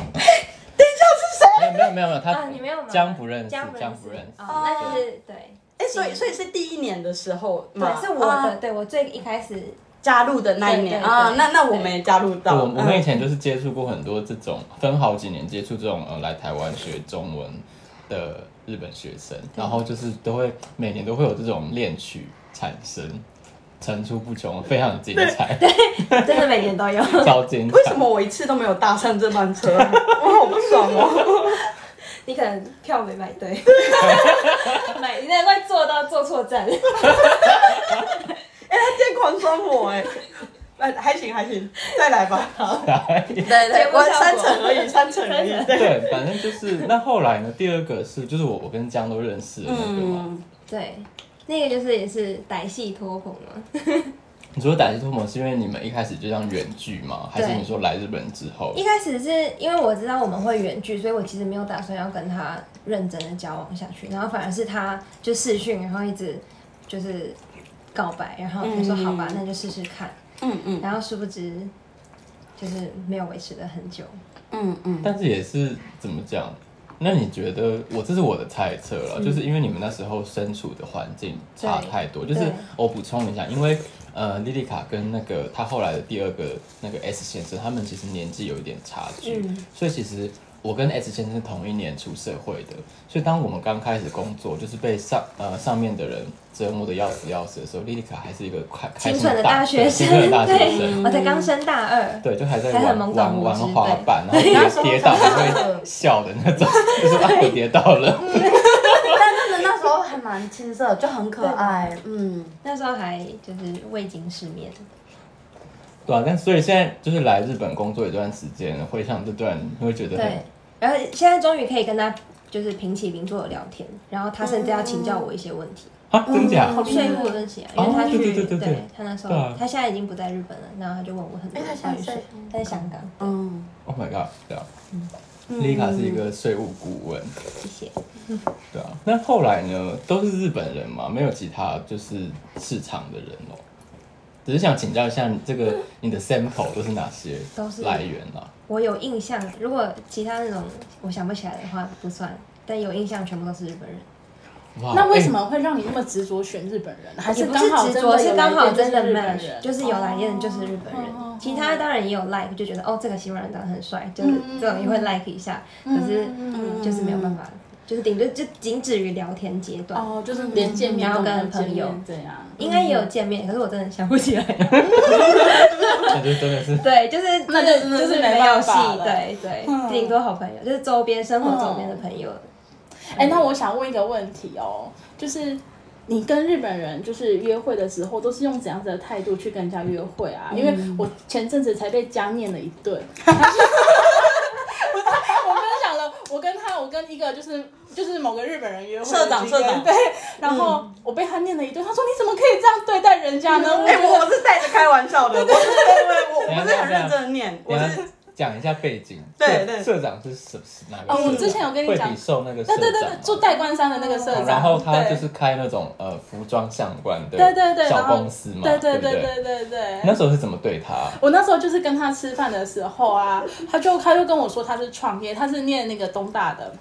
Speaker 2: 没有没有没有，他
Speaker 5: 啊，你没有吗？
Speaker 2: 江不认识，
Speaker 5: 江
Speaker 2: 江不
Speaker 5: 不
Speaker 2: 认
Speaker 5: 认
Speaker 2: 识
Speaker 5: 识，。哦，那就是对，
Speaker 4: 哎、所以所以是第一年的时候嘛，
Speaker 5: 对，是我的，
Speaker 4: 啊
Speaker 5: 对我最一开 始
Speaker 4: 加入的那一
Speaker 5: 对
Speaker 4: 年
Speaker 5: 对对
Speaker 4: 啊，那那我没加入到，
Speaker 2: 我我们以
Speaker 4: 嗯
Speaker 2: 前就是接触过很多这种，分好几年接触这种呃来台湾学中文的日本学生，然
Speaker 4: 嗯
Speaker 2: 后就是都会每年都会有这种恋曲产生，层出不穷，非常精 彩，
Speaker 5: 真的每年都有。
Speaker 2: 超精彩。
Speaker 4: 为什么我一次都没有搭上这班 车、啊？我好不爽哦！
Speaker 5: 你可能票没买 对，买你那会坐到坐错站。
Speaker 4: 哎、他竟然狂酸我哎、哎，还行还行，再来 吧。好，对
Speaker 5: 节
Speaker 4: 对，
Speaker 5: 目
Speaker 4: 我
Speaker 5: 效果
Speaker 4: 三成而已，三成而已。对，
Speaker 2: 对，反正就是那后来呢，第二个是就是我我跟江都认识的那个嘛，
Speaker 4: 嗯，
Speaker 5: 对，那个就是也是歹戏拖棚嘛。
Speaker 2: 你说打击脱模是因为你们一开始就这样远距吗？还是
Speaker 5: 对
Speaker 2: 你说来日本之后
Speaker 5: 一？开始是因为我知道我们会远距，所以我其实没有打算要跟他认真的交往下去，然后反而是他就试训，然后一直就是告白，然后他说
Speaker 4: 嗯
Speaker 5: 好吧，那就试试看，
Speaker 4: 嗯嗯
Speaker 5: 然后殊不知就是没有维持的很久。
Speaker 4: 嗯嗯，
Speaker 2: 但是也是怎么讲？那你觉得我这是我的猜测了，就是因为你们那时候身处的环境差太多。就
Speaker 5: 嗯对
Speaker 2: 是
Speaker 5: 对
Speaker 2: 我补充一下，因为呃，莉莉卡跟那个她后来的第二个那个 S 先生，他们其实年纪有一点差距，
Speaker 5: 嗯
Speaker 2: 所以其实我跟 S 先生是同一年出社会的，所以当我们刚开始工作，就是被上呃上面的人折磨的要死要死的时候，莉莉卡还是一个开开
Speaker 5: 清
Speaker 2: 心
Speaker 5: 纯的大学
Speaker 2: 清
Speaker 5: 生，
Speaker 2: 纯的大学
Speaker 5: 对
Speaker 2: 生，，嗯
Speaker 5: 我才刚升大二，
Speaker 2: 对，就还在
Speaker 5: 还
Speaker 2: 玩
Speaker 5: 很懵懂
Speaker 2: 玩
Speaker 5: 无
Speaker 2: 玩
Speaker 5: 知
Speaker 2: 滑
Speaker 5: 对
Speaker 2: 板，然后 跌跌倒还
Speaker 5: 嗯
Speaker 2: 会笑的那种， 就是啊我跌倒了。
Speaker 4: 但真的那时候还蛮青涩，就很可爱。嗯，
Speaker 5: 那时候还就是未经世面。
Speaker 2: 对啊，但所以现在就是来日本工作一段时间，回想这段，你会觉得
Speaker 5: 对
Speaker 2: 很，
Speaker 5: 然后现在终于可以跟他就是平起平坐的聊天，然后他甚至要请教我一些问题，
Speaker 2: 啊，真假？
Speaker 1: 嗯
Speaker 5: 税务问题啊，因为他
Speaker 2: 哦
Speaker 5: 去、
Speaker 2: 对对对对对
Speaker 5: 他那时候、
Speaker 2: 对啊
Speaker 5: 他现在已经不在日本了，然后他就问我很多
Speaker 4: 哎他现在
Speaker 5: 关于
Speaker 4: 在
Speaker 5: 税，在香港，
Speaker 4: 嗯，
Speaker 5: 嗯
Speaker 2: Oh my god！对啊，丽卡是一个税务顾问，
Speaker 5: 谢谢。
Speaker 2: 对啊，那后来呢？都是日本人嘛，没有其他就是市场的人哦、只是想请教一下，你这个你的 sample 都是哪些
Speaker 5: 嗯都是
Speaker 2: 来源啊？
Speaker 5: 我有印象，如果其他那种我想不起来的话不算，但有印象全部都是日本人。
Speaker 2: 哇
Speaker 1: 那为
Speaker 2: 哎
Speaker 1: 什么会让你那么执着选日本人？还
Speaker 5: 也不
Speaker 1: 刚好
Speaker 5: 是执
Speaker 1: 真
Speaker 5: 着，
Speaker 1: 的
Speaker 5: 是
Speaker 1: 有
Speaker 5: 刚好
Speaker 1: 来电
Speaker 5: 真的
Speaker 1: 日本
Speaker 5: match，
Speaker 1: 人？哦
Speaker 5: 就是有来电的就是日本人
Speaker 1: 哦哦哦。
Speaker 5: 其他当然也有 like，就觉得哦这个西方人长得很帅，就是
Speaker 1: 嗯
Speaker 5: 这种也会 like 一下，可是就是没有办法，就是顶多就仅止于聊天阶段。
Speaker 1: 哦，就是连见面
Speaker 5: 然后
Speaker 1: 都没有
Speaker 5: 跟朋
Speaker 1: 见
Speaker 5: 友
Speaker 1: 面这样。
Speaker 5: 应该也有见面，可是我真的想不起来。
Speaker 2: 哎那就真的是
Speaker 5: 对，就是
Speaker 1: 那就真的
Speaker 5: 就是是
Speaker 1: 没
Speaker 5: 没
Speaker 1: 办
Speaker 5: 有戏
Speaker 1: 法了，
Speaker 5: 对对
Speaker 1: 嗯，
Speaker 5: 顶多好朋友，就是周边生活周边的朋 友。
Speaker 1: 哎、那我想问一个问题哦，就是你跟日本人就是约会的时候，都是用怎样子的态度去跟人家约会啊？因为
Speaker 4: 嗯
Speaker 1: 我前阵子才被家念了一 顿。我我分享了，我跟他，我跟一个就是就是某个日本人约会的
Speaker 4: 社长
Speaker 1: 经验
Speaker 4: 社长嗯
Speaker 1: 对，然后我被他念了一顿，他说你怎么可以这样对待人家呢？
Speaker 4: 哎、
Speaker 1: 觉得
Speaker 4: 我我是带着开玩笑的，我不是我我我不是很认真的念，
Speaker 2: 你
Speaker 4: 我
Speaker 2: 要
Speaker 4: 是
Speaker 2: 讲一下背景。
Speaker 4: 对
Speaker 2: 社
Speaker 4: 对
Speaker 2: 社长是什是哪个社
Speaker 1: 哦
Speaker 2: 长？
Speaker 1: 我之前有跟你讲
Speaker 2: 惠比寿那个
Speaker 1: 对
Speaker 2: 社长
Speaker 1: 对
Speaker 2: 吗，
Speaker 1: 对对，住代官山的那个社长，
Speaker 2: 哦然后他
Speaker 1: 对
Speaker 2: 就是开那种呃服装相关的
Speaker 1: 对对对，
Speaker 2: 小
Speaker 1: 然后
Speaker 2: 公司嘛，
Speaker 1: 对
Speaker 2: 对
Speaker 1: 对
Speaker 2: 不
Speaker 1: 对对对对。
Speaker 2: 那时候是怎么对他？
Speaker 1: 我那时候就是跟他吃饭的时候啊，他就他就跟我说他是创业，他是念那个东大的。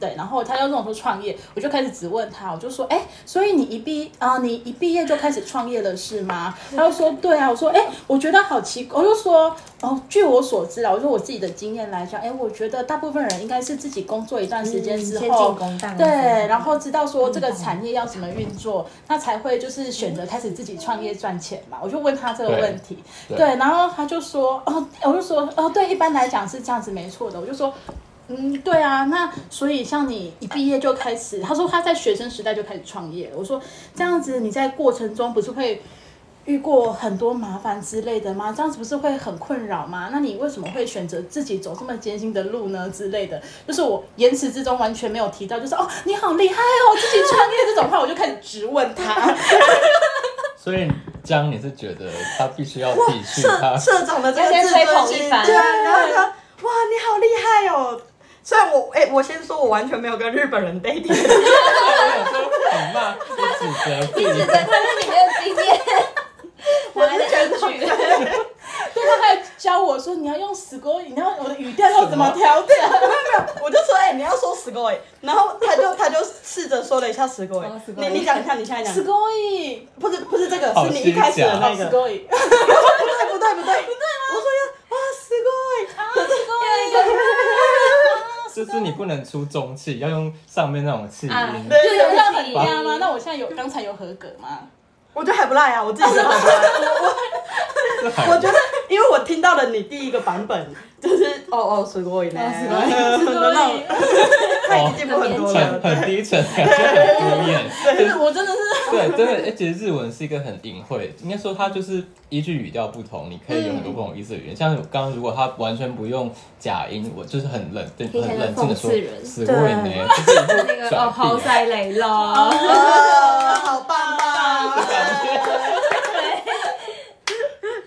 Speaker 1: 对，然后他就跟我说创业，我就开始质问他，我就说，哎，所以你一毕啊、你一毕业就开始创业了是吗？他就说，对啊，我说，哎，我觉得好奇怪，我就说，哦，据我所知啊，我说我自己的经验来讲，哎，我觉得大部分人应该是自己工作一段时间之
Speaker 5: 嗯先
Speaker 1: 后
Speaker 5: 进，攻大门
Speaker 1: 对，然后知道说这个产业要怎么运作，
Speaker 2: 嗯
Speaker 1: 他才会就是选择开始自己创业赚钱嘛。我就问他这个
Speaker 2: 对
Speaker 1: 问题，
Speaker 2: 对
Speaker 1: 对，然后他就说，哦，我就说，哦，对，一般来讲是这样子，没错的。我就说，嗯，对啊，那所以像你一毕业就开始，他说他在学生时代就开始创业了。我说这样子你在过程中不是会遇过很多麻烦之类的吗？这样子不是会很困扰吗？那你为什么会选择自己走这么艰辛的路呢？之类的，就是我言辞之中完全没有提到，就是哦，你好厉害哦，自己创业这种话，我就开始质问 他。
Speaker 2: 所以江，你是觉得他必须要体恤他
Speaker 4: 社？ 社长的这个
Speaker 5: 要先
Speaker 4: 自
Speaker 5: 吹捧
Speaker 4: 尊
Speaker 5: 一
Speaker 4: 心，
Speaker 5: 番
Speaker 4: 对，啊然后他哇，你好厉害哦。虽然我哎、我先说，我完全没有跟日本人 dating，
Speaker 2: 我想说你骂，我指责
Speaker 5: 一直
Speaker 2: 你
Speaker 5: 在他们里面有经 验，我来的金句。
Speaker 1: 对，他还教我说你要用死狗，你要我的语调要怎么 调整。
Speaker 4: 我就说哎、你要说 scoy，然后他就他就试着说了一下 scoy，、
Speaker 5: 哦，sugoi
Speaker 4: 你你讲一下，你现在讲
Speaker 1: す，ごい，
Speaker 4: 不是不是这个，
Speaker 2: 好
Speaker 4: 是你一开始的那
Speaker 1: す
Speaker 4: 个，
Speaker 1: ご い，
Speaker 4: 不对不对不对不对吗？我说要哇 scoy，
Speaker 1: 啊，すごい。
Speaker 2: 就是你不能出中气，要用上面那种气音。
Speaker 5: 啊
Speaker 4: 对
Speaker 1: 就有要很亮吗？ 那我现在有刚才有合格 吗？
Speaker 4: 我觉得还不赖啊，我自己觉得还不赖。
Speaker 2: 这
Speaker 4: 我
Speaker 2: 还
Speaker 4: 我我觉得，因为我听到了你第一个版本，就是哦哦，水果饮呢，水 果饮，他已经进步很多了
Speaker 2: 很。哦很低沉，感觉很敷 衍。
Speaker 1: 就是我真的是
Speaker 2: 对，真的，哎、其实日文是一个很隐晦，应该说它就是依据语调不同，你可以有很多不同意思
Speaker 5: 嗯
Speaker 2: 的语言。像刚刚如果他完全不用假音，我就是很冷静、
Speaker 5: 听起来
Speaker 2: 很冷静的
Speaker 5: 很讽
Speaker 2: 说
Speaker 5: 刺人
Speaker 2: 死鬼呢，就是一
Speaker 5: 那
Speaker 2: 副
Speaker 5: 个哦，
Speaker 2: 转
Speaker 5: 豪
Speaker 2: 变。
Speaker 5: 宅雷咯，
Speaker 4: 哦，好棒啊棒！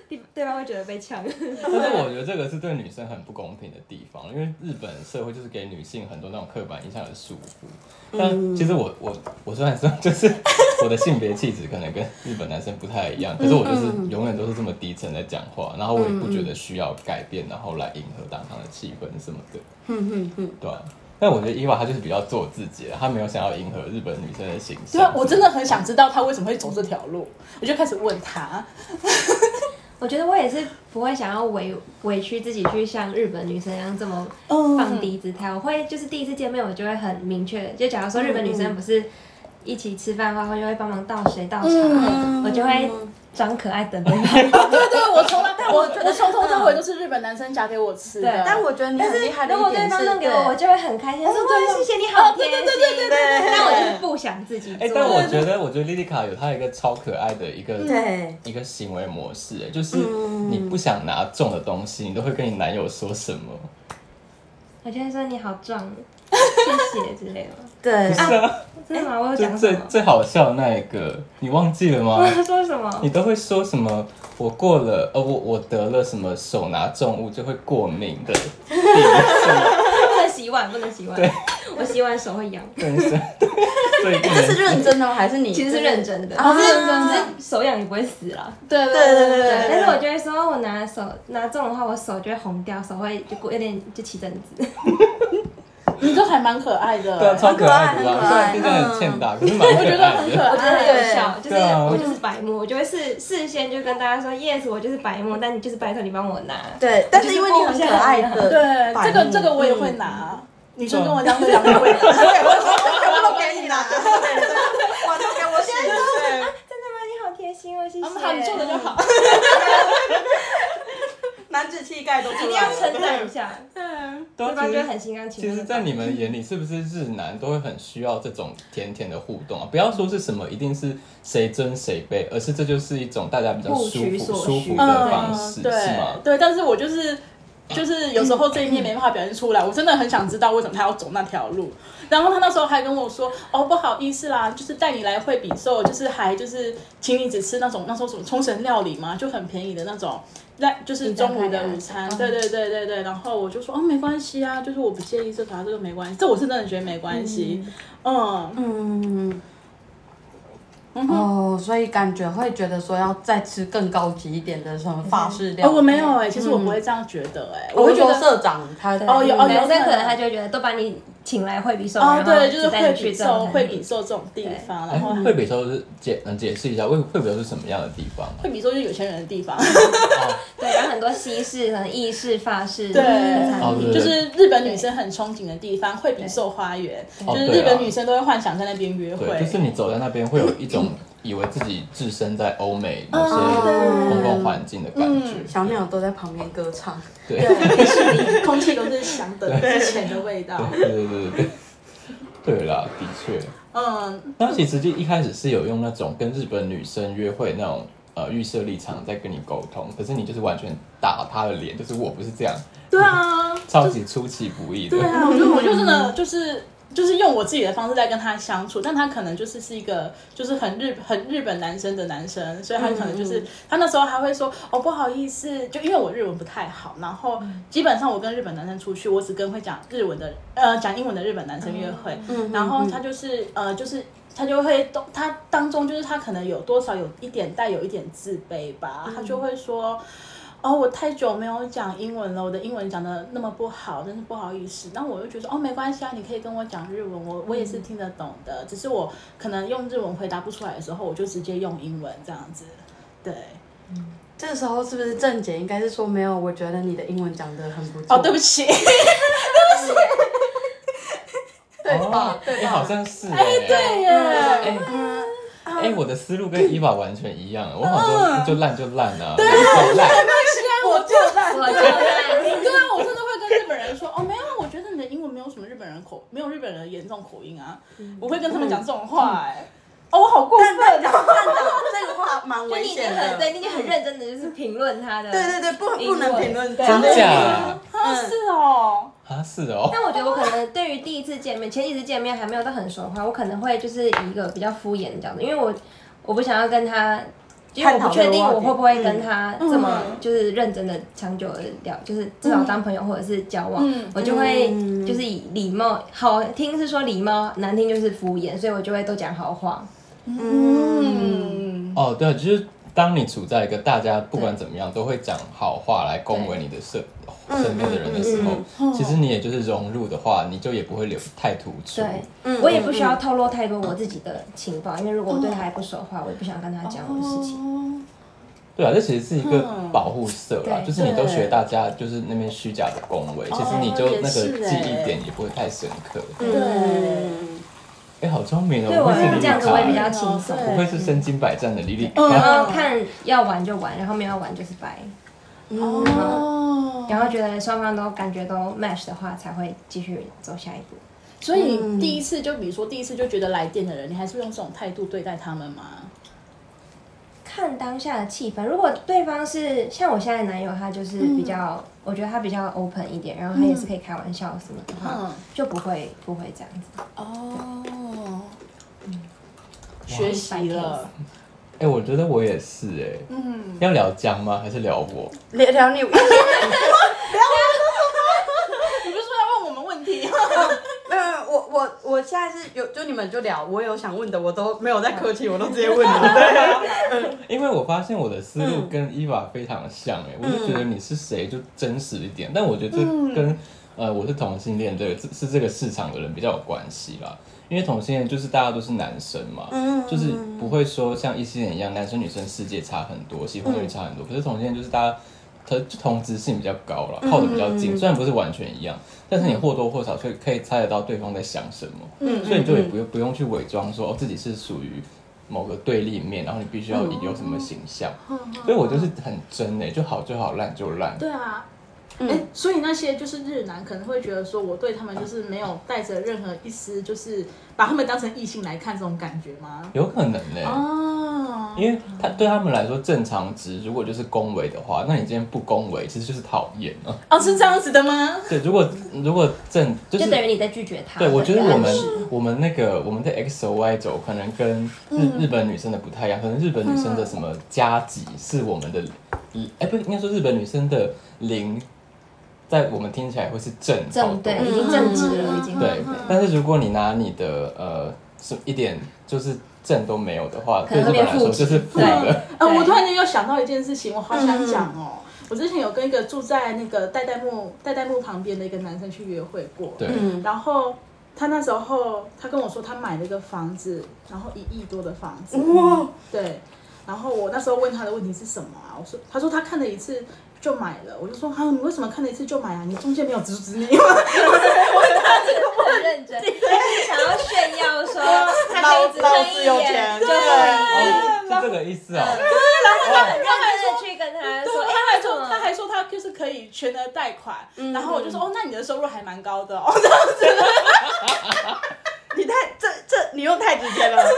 Speaker 5: 对对方会觉得被呛。
Speaker 2: 但是我觉得这个是对女生很不公平的地方，因为日本社会就是给女性很多那种刻板印象的束缚。但其实我我我虽然说就是我的性别气质可能跟日本男生不太一样，可是我就是永远都是这么低沉在讲话，然后我也不觉得需要改变，然后来迎合当场的气氛什么的。嗯嗯嗯，对啊。但我觉得伊娃她就是比较做自己的，她没有想要迎合日本女生的形象。
Speaker 1: 对啊，我真的很想知道他为什么会走这条路，我就开始问他。
Speaker 5: 我觉得我也是不会想要委委屈自己去像日本女生一样这么
Speaker 1: 嗯
Speaker 5: 放低姿态。我会就是第一次见面，我就会很明确的，就假如说日本女生不是一起吃饭的话，我就会帮忙倒水倒茶，
Speaker 1: 嗯
Speaker 5: 我就会装可爱等对 方。
Speaker 1: 对对，我从来我我从头到尾都是日本男生夹给我吃的
Speaker 5: 对，
Speaker 4: 但我觉得你很厉害的
Speaker 5: 如
Speaker 4: 一
Speaker 5: 果对
Speaker 4: 点
Speaker 5: 方
Speaker 4: 是，
Speaker 5: 弄给我，我就会很开心，我说哇，谢谢你好贴心。对对对对
Speaker 4: 对
Speaker 5: 但我就是不想自己
Speaker 2: 哎、
Speaker 5: 做。
Speaker 2: 但我觉得，我觉得莉莉卡有她一个超可爱的一个
Speaker 4: 对
Speaker 2: 一个行为模式、哎，就是你不想拿重的东西，你都会跟你男友说什么？
Speaker 5: 我就会说你好壮，谢谢之类的。
Speaker 4: 对
Speaker 2: 不是啊，
Speaker 5: 真的吗？我有
Speaker 2: 就
Speaker 5: 讲什
Speaker 2: 最
Speaker 5: 么？
Speaker 2: 最好笑的那一个，你忘记了吗
Speaker 5: 我？说什么？
Speaker 2: 你都会说什么？我过了，呃，我我得了什么手拿重物就会过敏的病，
Speaker 5: 不能洗碗，不能洗碗。
Speaker 2: 对
Speaker 5: 我我洗完手会痒，
Speaker 2: 更深，所以不
Speaker 4: 这是
Speaker 2: 能
Speaker 4: 认真的吗哎还是你？
Speaker 3: 其实是认真的，
Speaker 4: 啊，是认真
Speaker 5: 只
Speaker 4: 的。
Speaker 5: 是手痒也不会死啦。
Speaker 1: 对对
Speaker 4: 对
Speaker 1: 对
Speaker 4: 对
Speaker 1: 对
Speaker 4: 对
Speaker 1: 对，
Speaker 5: 但是我就会说，我拿手拿重的话，我手就会红掉，手会就有点就起疹子。
Speaker 1: 你都还蛮可爱的，
Speaker 2: 对啊，超可爱的
Speaker 4: 很可
Speaker 2: 啦，
Speaker 4: 爱
Speaker 2: 虽然听起来很欠打，可是蛮
Speaker 1: 我觉得
Speaker 2: 可
Speaker 1: 很
Speaker 2: 爱
Speaker 1: 可
Speaker 2: 的。
Speaker 5: 我真的
Speaker 1: 爱。
Speaker 5: 很有效，就是
Speaker 2: 对啊
Speaker 5: 我就是白目，我就会事事先就跟大家说，yes，我就是白目，但你就是拜托你帮我拿。
Speaker 4: 对，但是因为你很可爱的，嗯
Speaker 1: 对，这个这个我也会拿，女生跟我讲这两个会拿。
Speaker 4: 全部都给你拿，对对对哇，都给我洗。
Speaker 5: 真的吗？你好贴心哦， 谢谢。
Speaker 1: 嗯，好，你做的就好。
Speaker 4: 男子气概都出来了
Speaker 5: 一定要称赞一下，嗯，
Speaker 2: 对啊
Speaker 5: 对方
Speaker 2: 其
Speaker 5: 就
Speaker 2: 实
Speaker 5: 会很心甘情
Speaker 2: 其
Speaker 5: 愿。
Speaker 2: 实，在你们眼里，是不是日男都会很需要这种甜甜的互动啊？不要说是什么一定是谁争谁背，而是这就是一种大家比较
Speaker 3: 互
Speaker 2: 舒
Speaker 3: 取
Speaker 2: 服
Speaker 3: 所
Speaker 2: 舒
Speaker 3: 需
Speaker 2: 服的方式，
Speaker 1: 嗯，
Speaker 2: 是
Speaker 1: 对
Speaker 2: 吗？
Speaker 1: 对，但是我就是。就是有时候这一面没办法表现出来，我真的很想知道为什么他要走那条路。然后他那时候还跟我说：“哦，不好意思啦，就是带你来惠比寿，就是还就是请你只吃那种那时候什么冲绳料理嘛，就很便宜的那种，那就是中午的午餐。
Speaker 3: 嗯
Speaker 1: 对对对对对。然后我就说：“哦，没关系啊，就是我不介意这个啊，这个没关系，这我是真的觉得没关系。嗯”
Speaker 4: 嗯，
Speaker 1: 嗯哼
Speaker 4: 哦，所以感觉会觉得说要再吃更高级一点的什么法式料
Speaker 1: 哦，
Speaker 4: 理。
Speaker 1: 我没有哎、其实我不会这样觉得哎、
Speaker 4: 嗯我
Speaker 1: 我会
Speaker 4: 会
Speaker 1: 觉
Speaker 4: 说
Speaker 1: 得
Speaker 4: 社长他
Speaker 1: 哦有哦
Speaker 5: 男
Speaker 1: 有
Speaker 5: 生
Speaker 1: 可
Speaker 5: 可
Speaker 1: 能
Speaker 5: 能他就会觉得都把你请来会比寿，
Speaker 1: 哦，
Speaker 5: 然后
Speaker 1: 对，就是
Speaker 5: 只带
Speaker 1: 惠
Speaker 5: 你去
Speaker 1: 比
Speaker 5: 这种
Speaker 1: 寿
Speaker 5: 餐
Speaker 1: 惠
Speaker 5: 厅
Speaker 1: 比寿这种地方，
Speaker 2: 哎
Speaker 1: 然后，
Speaker 2: 惠比寿是解能解释一下，惠惠比寿是什么样的地方吗？
Speaker 1: 惠比寿就是有钱人的地方，
Speaker 5: 对，然后很多西式、可能意式、法式
Speaker 1: 对
Speaker 5: 的餐
Speaker 2: 哦对
Speaker 5: 厅，
Speaker 1: 就是日本女生很憧憬的地方，惠比寿花园，
Speaker 2: 哦
Speaker 1: 就是
Speaker 2: 对
Speaker 1: 日
Speaker 2: 啊
Speaker 1: 本女生都会幻想在那边约会。
Speaker 2: 对，就是你走在那边会有一种以为自己置身在欧美某些
Speaker 1: 嗯
Speaker 2: 公共环境的感觉。
Speaker 4: 小鸟都在旁边歌唱，
Speaker 2: 对，
Speaker 1: 对，是 你空气都是香的之前的味道。
Speaker 2: 对对对对对，对啦，的确。
Speaker 1: 嗯，
Speaker 2: 那其实就一开始是有用那种跟日本女生约会那种呃预设立场在跟你沟通，可是你就是完全打她的脸，就是我不是这样，
Speaker 1: 对啊，
Speaker 2: 超级出其不意的。
Speaker 1: 对啊，我就我就真的就是就是用我自己的方式在跟他相处，但他可能就是是一个就是很日很日本男生的男生，所以他可能就是、他那时候还会说哦不好意思，就因为我日文不太好，然后基本上我跟日本男生出去，我只跟会讲日文的呃讲英文的日本男生约会，然后他就是呃就是。他就会都他当中就是他可能有多少有一点带有一点自卑吧，他就会说，哦，我太久没有讲英文了，我的英文讲的那么不好，真是不好意思。然后我就觉得哦，没关系啊，你可以跟我讲日文，我我也是
Speaker 2: 嗯
Speaker 1: 听得懂的，只是我可能用日文回答不出来的时候，我就直接用英文这样子。对，
Speaker 4: 这时候是不是郑姐应该是说没有？我觉得你的英文讲的很不错。
Speaker 1: 哦，对不起，
Speaker 2: 哎对
Speaker 4: 吧对吧
Speaker 2: 哎、好像是哎、
Speaker 1: 对耶，
Speaker 2: 哎、哎、我的思路跟伊娃完全一样，我好像就烂就烂啊，好烂。
Speaker 1: 啊我就
Speaker 5: 我就在
Speaker 1: 对啊，我真的会跟日本人说，哦，没有，我觉得你的英文没有什么日本人口，没有日本人的严重口音啊，
Speaker 2: 嗯
Speaker 1: 我会跟他们讲这种话、哎、哦，我好过分
Speaker 4: 站长，
Speaker 1: 啊！
Speaker 4: 站长，这个话蛮
Speaker 5: 就
Speaker 4: 危
Speaker 5: 你已经
Speaker 4: 险
Speaker 5: 很
Speaker 4: 的。
Speaker 5: 对，你已经很认真的就是评论他的，
Speaker 4: 对对对，不不能评论，
Speaker 5: 对
Speaker 2: 真假
Speaker 1: 啊，是哦，
Speaker 2: 啊，是哦，
Speaker 5: 但我觉得我可能对于第一次见面、前几次见面还没有到很熟的话，我可能会就是以一个比较敷衍的角度，因为我我不想要跟他，因为我不确定我会不会跟他这么
Speaker 4: 嗯
Speaker 5: 就是认真的、长久的聊，就是至少当朋友或者是交往，
Speaker 1: 嗯
Speaker 5: 我就会
Speaker 4: 嗯
Speaker 5: 就是以礼貌，好听是说礼貌，难听就是敷衍，所以我就会都讲好话。
Speaker 1: 嗯，
Speaker 2: 哦，对，就是当你处在一个大家不管怎么样都会讲好话来恭维你的身身边的人的时候，其实你也就是融入的话，你就也不会留太突出。
Speaker 5: 对，
Speaker 1: 嗯
Speaker 5: 我也不需要透露太多我自己的情报，因为如果我对他还不熟的话，我也不想跟他讲我的事情。
Speaker 1: 情。
Speaker 2: 对啊，这其实是一个保护色啦，
Speaker 5: 嗯对哦
Speaker 2: 就是你都
Speaker 1: 对
Speaker 2: 学大家就是那边虚假的恭维，其实你就那
Speaker 1: 也是
Speaker 2: 个
Speaker 1: 欸
Speaker 2: 记忆点也不会太深刻。
Speaker 1: 对，
Speaker 2: 哎、好聪明哦！
Speaker 5: 对我
Speaker 2: 会是
Speaker 5: 这样子我也比较
Speaker 2: 莉莉
Speaker 5: 轻松。
Speaker 1: 哦
Speaker 2: 卡不愧是身经百战的李李
Speaker 1: 嗯
Speaker 2: 卡。
Speaker 5: 然后看要玩就玩，然后没有要玩就是掰，
Speaker 1: 嗯哦，
Speaker 5: 然后觉得双方都感觉都 match 的话，才会继续走下一步。
Speaker 1: 所以你第一次就比如说第一次就觉得来电的人，你还是用这种态度对待他们吗？
Speaker 5: 看当下的气氛，如果对方是像我现在的男友，他就是比较，
Speaker 1: 嗯
Speaker 5: 我觉得他比较 open 一点，然后他也是可以开玩笑什么的话，
Speaker 1: 嗯
Speaker 5: 就不会不会这样子。
Speaker 1: 哦，学习了，
Speaker 2: 哎、我觉得我也是哎、
Speaker 1: 嗯，
Speaker 2: 要聊江吗？还是聊我？
Speaker 4: 聊聊你，
Speaker 1: 你不是说要问我们问题吗？
Speaker 4: 没有没有，我我现在是有就你们就聊，我有想问的，我都没有在客气，我都直接问你。对啊，
Speaker 2: 因为我发现我的思路跟伊娃非常像哎、我就觉得你是谁就真实一点，但我觉得这跟、呃我是同性恋这个是是这个市场的人比较有关系啦。因为同性恋就是大家都是男生嘛，就是不会说像异性恋一样，男生女生世界差很多，喜欢率差很多。可是同性恋就是大家同同质性比较高了，
Speaker 5: 嗯
Speaker 2: 靠的比较近，虽然不是完全一样，但是你或多或少却可以猜得到对方在想什么。
Speaker 5: 嗯
Speaker 2: 所以你就也不用不用去伪装说哦自己是属于某个对立面，然后你必须要
Speaker 5: 哦
Speaker 2: 有什么形象。所以我就是很真诶、就好就好，烂就烂。
Speaker 1: 对啊。哎、所以那些就是日男可能会觉得说，我对他们就是没有带着任何一丝，就是把他们当成异性来看这种感觉吗？
Speaker 2: 有可能呢、
Speaker 1: 哦，
Speaker 2: 因为他对他们来说正常值如果就是恭维的话，那你今天不恭维其实就是讨厌啊。
Speaker 1: 哦，是这样子的吗？
Speaker 2: 对，如果如果正就是
Speaker 5: 就等于你在拒绝他。
Speaker 2: 对，我觉得
Speaker 5: 对吧
Speaker 2: 我们我们那个我们的 X O Y 轴可能跟日、
Speaker 5: 嗯
Speaker 2: 日本女生的不太一样，可能日本女生的什么加级是我们的，嗯哎、不应该说日本女生的零，在我们听起来会是正好多
Speaker 5: 正对，嗯已经
Speaker 1: 嗯
Speaker 5: 正直了，已经。
Speaker 2: 对，但是如果你拿你的呃是一点就是正都没有的话，
Speaker 5: 可
Speaker 2: 对日
Speaker 5: 能会
Speaker 2: 本来说就是负的。
Speaker 1: 呃，
Speaker 5: 对
Speaker 1: 我突然间又想到一件事情，我好想讲哦。我之前有跟一个住在那个代代木代代木旁边的一个男生去约会过，
Speaker 2: 对，
Speaker 4: 嗯
Speaker 1: 然后他那时候他跟我说他买了一个房子，然后一亿多的房子，
Speaker 4: 哇，
Speaker 1: 对。然后我那时候问他的问题是什么啊？我说，他说他看了一次就买了。我就说，哈、你为什么看了一次就买啊？你中间没有阻止你吗？
Speaker 5: 很认真，就是想要炫耀说他可以只
Speaker 4: 老
Speaker 5: 撑
Speaker 4: 子
Speaker 5: 一
Speaker 4: 有
Speaker 5: 眼，
Speaker 4: 钱
Speaker 5: 就
Speaker 4: 对
Speaker 2: 哦，是这个意思啊。
Speaker 5: 很认真的去跟他
Speaker 1: 对，
Speaker 5: 说，
Speaker 1: 他
Speaker 5: 哎
Speaker 1: 还说，他还说他就是可以全额贷款，然后我就说，哦，那你的收入还蛮高的哦。
Speaker 4: 你太这这你又太直接了。
Speaker 1: 他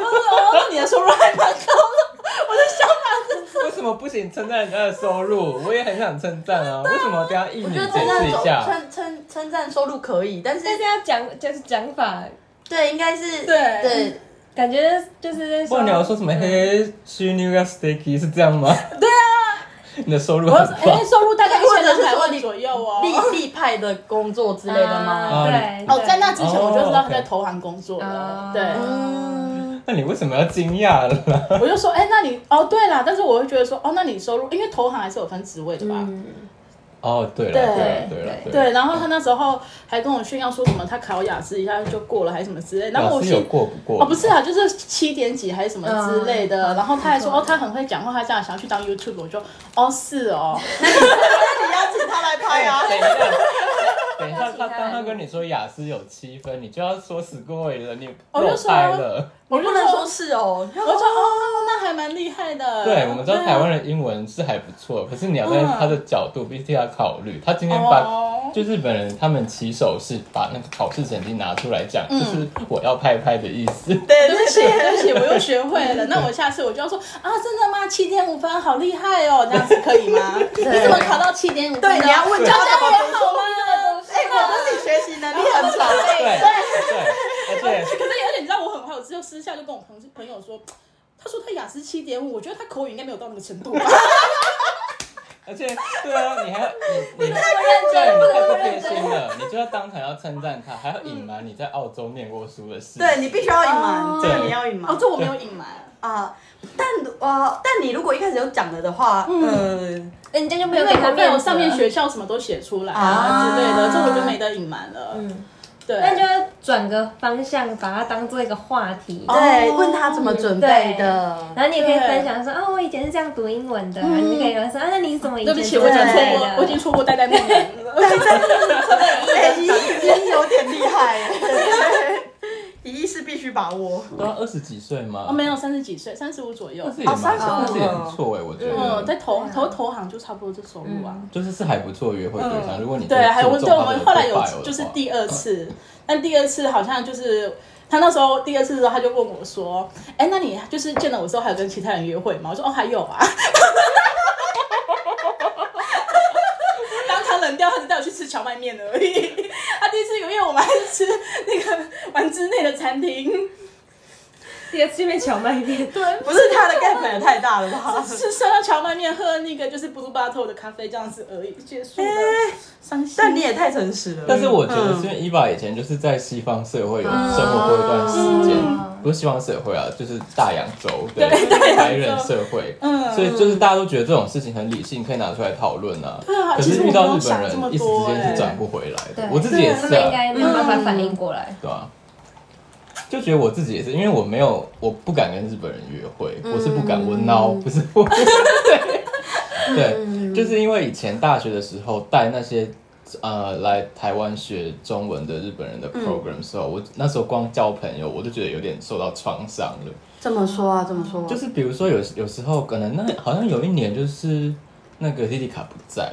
Speaker 1: 说，哦，那你的收入还蛮高的。我就想法是，
Speaker 2: 为什么不行称赞人家的收入？我也很想称赞啊，为什么都要一女
Speaker 4: 就
Speaker 2: 解
Speaker 4: 是称赞
Speaker 2: 释一
Speaker 4: 收
Speaker 2: 下？
Speaker 4: 称称称赞收入可以，但是
Speaker 5: 但是要讲就是讲法，
Speaker 4: 对应该是
Speaker 1: 对
Speaker 4: 对
Speaker 5: 感觉就是在
Speaker 2: 不然你要
Speaker 5: 说嗯
Speaker 2: 说什么？嘿，she knew your sticky 是这样吗？
Speaker 1: 对啊，
Speaker 2: 你的收入
Speaker 1: 我
Speaker 2: 很
Speaker 1: 哎、
Speaker 2: 棒，
Speaker 1: 收入大概一
Speaker 4: 或
Speaker 1: 千
Speaker 4: 者
Speaker 1: 两
Speaker 4: 是
Speaker 1: 百
Speaker 4: 说
Speaker 1: 万
Speaker 4: 你
Speaker 1: 左右哦。
Speaker 4: 立立派的工作之类的吗？
Speaker 5: 啊
Speaker 2: 啊
Speaker 5: 对，
Speaker 1: 哦，在那之前我就知道他在
Speaker 2: 哦，OK
Speaker 1: 投行工作了
Speaker 5: 哦。
Speaker 1: 对，
Speaker 4: 嗯，
Speaker 2: 那你为什么要惊讶了？
Speaker 1: 我就说，哎、那你哦，对啦，但是我会觉得说，哦，那你收入，因为投行还是有分职位的吧？
Speaker 2: 哦，对了，
Speaker 1: 对
Speaker 2: 了，对了，
Speaker 1: 对，
Speaker 2: 了，
Speaker 1: 然后他那时候还跟我炫耀说什么他考雅思一下就过了，还是什么之类。然后
Speaker 2: 老
Speaker 1: 我
Speaker 2: 师有
Speaker 1: 心
Speaker 2: 过不过？
Speaker 1: 哦不是啊，就是七点几还是什么之类的。
Speaker 5: 嗯
Speaker 1: 然后他还说哦他很会讲话，他这样想要去当 YouTube，我就哦是哦，
Speaker 4: 那你邀请他来拍啊？
Speaker 2: 等一下，等一下，他当他跟你说雅思有七分，你就要说 score 了，你
Speaker 1: 我就
Speaker 2: 漏
Speaker 1: 说
Speaker 2: 拍了。
Speaker 1: 我
Speaker 4: 不
Speaker 1: 就
Speaker 4: 能
Speaker 1: 说
Speaker 4: 说是
Speaker 1: 我
Speaker 4: 哦，
Speaker 1: 就说哦那还蛮厉害的。
Speaker 2: 对，我们知道
Speaker 1: 啊
Speaker 2: 台湾的英文是还不错，可是你要在
Speaker 1: 嗯
Speaker 2: 他的角度必须要考虑。他今天把
Speaker 1: 哦
Speaker 2: 就日本人他们起手是把那个考试成绩拿出来讲，
Speaker 1: 嗯
Speaker 2: 就是我要拍拍的意思。
Speaker 4: 对
Speaker 1: 对不起，对不起，我又学会了。那我下次我就要说啊，真的吗？七点五分，好厉害哦，这样子可以 吗？你怎么考到七点五分的？
Speaker 4: 对，你要问
Speaker 2: 对
Speaker 4: 他怎么
Speaker 1: 也好吗？
Speaker 4: 哎，我自己学习能力很强。
Speaker 2: 对哎对，而且
Speaker 1: 可是而且你知道我很坏，我只有私下就跟我朋朋友说，他说他雅思七点五，我觉得他口语应该没有到那个程 度吧。
Speaker 2: 而且对啊，你还要你你。
Speaker 5: 认
Speaker 2: 对，
Speaker 5: 真，
Speaker 2: 你
Speaker 5: 不能
Speaker 2: 太
Speaker 5: 不
Speaker 2: 不
Speaker 5: 认
Speaker 2: 贴心
Speaker 5: 真，
Speaker 2: 了，你就要当场要称赞他，还要隐瞒你在澳洲念过书的事。
Speaker 4: 对你必须要隐
Speaker 1: 哦
Speaker 4: 瞒，这个你要隐
Speaker 1: 哦
Speaker 4: 瞒，
Speaker 1: 这我没有隐瞒。
Speaker 4: 啊。但呃，但你如果一开始就讲了的话，嗯，
Speaker 5: 人家就没
Speaker 1: 因
Speaker 5: 有
Speaker 1: 为
Speaker 5: 给他
Speaker 1: 我
Speaker 5: 面
Speaker 1: 在
Speaker 5: 子
Speaker 1: 我
Speaker 5: 了
Speaker 1: 上面，学校什么都写出来啊
Speaker 4: 啊
Speaker 1: 之类的，这我就没得隐瞒了。
Speaker 5: 嗯，
Speaker 1: 对，
Speaker 5: 那就转个方向，把它当做一个话题。
Speaker 4: 对，问他怎么准备的。
Speaker 5: 然后你也可以分享说，啊，我以前是这样读英文的，然后你就可以说，啊，那你怎么以
Speaker 1: 对
Speaker 5: 前
Speaker 1: 不起，我已
Speaker 5: 是这样
Speaker 1: 经
Speaker 5: 的
Speaker 1: 错过，我已 经错过代代木人了。
Speaker 4: 哎，一亿有点厉害耶，一亿是必须把握。
Speaker 2: 都啊要二十几岁吗？
Speaker 1: 哦我没有三十几岁，三十五左右
Speaker 2: 但。是也蛮，
Speaker 4: 哦35
Speaker 2: 但是也不错哎、我觉
Speaker 1: 嗯，
Speaker 2: 得，
Speaker 1: 在投
Speaker 4: 啊
Speaker 1: 投投行就差不多这收入
Speaker 4: 嗯
Speaker 1: 啊。
Speaker 2: 就是是还不错的约会对象。如果你
Speaker 1: 嗯对，啊还有我
Speaker 2: 有
Speaker 1: 对我们后来有就是第二次，但第二次好像就是他那时候第二次的时候，他就问我说：“哎，那你就是见了我之后还有跟其他人约会吗？”我说：“哦，还有啊。” 当场冷掉，他只带我去吃荞麦面而已。 他第一次有，因为我们还是吃那个丸之内的餐厅。
Speaker 5: 也去面荞麦面，
Speaker 1: 对，
Speaker 4: 不是它的盖粉也太大了吧？
Speaker 1: 是吃了荞麦面，喝那个就是 Blue Bottle 的咖啡这样子而已，结束了。伤心。
Speaker 4: 哎但你也太诚实了。
Speaker 2: 但是我觉得，
Speaker 1: 嗯
Speaker 2: 因为伊娃以前就是在西方社会有生活过一段时间，不是西方社会啊，就是大洋洲的
Speaker 1: 啊
Speaker 2: 白人社会，
Speaker 1: 嗯
Speaker 2: 所以就是大家都觉得这种事情很理性，可以拿出来讨论啊。
Speaker 1: 啊
Speaker 2: 可
Speaker 1: 其
Speaker 2: 是
Speaker 1: 实我
Speaker 2: 遇到
Speaker 1: 没有
Speaker 2: 日本
Speaker 1: 想这么
Speaker 2: 人，一时
Speaker 1: 多
Speaker 2: 之间
Speaker 1: 欸
Speaker 2: 是转不回来的
Speaker 3: 对。
Speaker 2: 我自己也
Speaker 3: 他
Speaker 2: 是
Speaker 3: 们
Speaker 2: 啊
Speaker 3: 应，该没有办法反应过来。
Speaker 2: 对啊，就觉得我自己也是，因为我没有，我不敢跟日本人约会，
Speaker 1: 嗯
Speaker 2: 我是不敢，我孬，不是我。
Speaker 1: 嗯
Speaker 2: 对，就是因为以前大学的时候带那些呃来台湾学中文的日本人的
Speaker 1: 嗯
Speaker 2: program 的时候，我那时候光交朋友，我就觉得有点受到创伤了。
Speaker 4: 这么说啊，这么说啊，
Speaker 2: 就是比如说有有时候可能那好像有一年就是那个莉莉卡不在，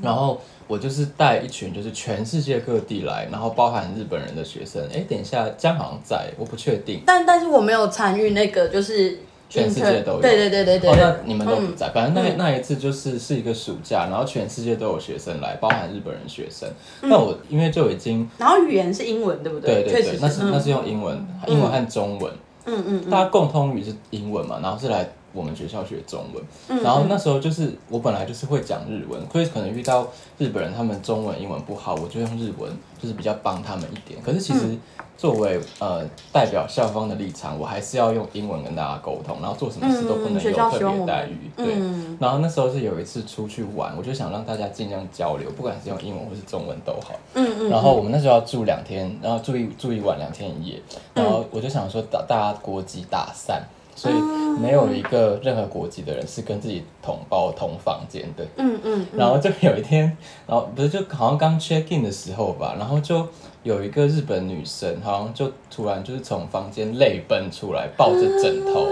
Speaker 2: 然后我就是带一群就是全世界各地来，然后包含日本人的学生。哎，等一下，江好像在，我不确定。
Speaker 4: 但但是我没有参与那个，就是
Speaker 2: 全世界都有
Speaker 4: 对对对对对，
Speaker 2: 哦，那你们都不
Speaker 4: 嗯
Speaker 2: 在。反正那那一次就是是一个暑假，然后全世界都有学生来，包含日本人学生。那我因为就已经
Speaker 4: 然后语言是英文，对不
Speaker 2: 对
Speaker 4: 确
Speaker 2: 对
Speaker 4: 实
Speaker 2: 对，那是那是用英文，英文和中文。
Speaker 4: 嗯嗯嗯
Speaker 2: 大家共通语是英文嘛，然后是来我们学校学中
Speaker 4: 嗯
Speaker 2: 文，然后那时候就是我本来就是会讲日文，所以可能遇到日本人他们中文、英文不好，我就用日文，就是比较帮他们一点。可是其
Speaker 4: 嗯
Speaker 2: 实作为呃代表校方的立场，我还是要用英文跟大家沟通，然后做什么事都不能
Speaker 4: 嗯，学
Speaker 2: 有
Speaker 4: 校
Speaker 2: 特
Speaker 4: 希望我
Speaker 2: 别待
Speaker 4: 们
Speaker 2: 遇，，对。
Speaker 4: 嗯，
Speaker 2: 然后那时候是有一次出去玩，我就想让大家尽量交流，不管是用英文或是中文都好。
Speaker 4: 嗯嗯。
Speaker 2: 然后我们那时候要住两天，然后住一住一晚两天一夜。
Speaker 4: 嗯
Speaker 2: 然后我就想说大大家国籍打散，所以
Speaker 4: 哦
Speaker 2: 没有一个任何国籍的人是跟自己同胞同房间的。
Speaker 4: 嗯嗯
Speaker 2: 然后就有一天，然后不是就好像刚 check in 的时候吧，然后就有一个日本女生，好像就突然就是从房间泪奔出来，抱着枕头。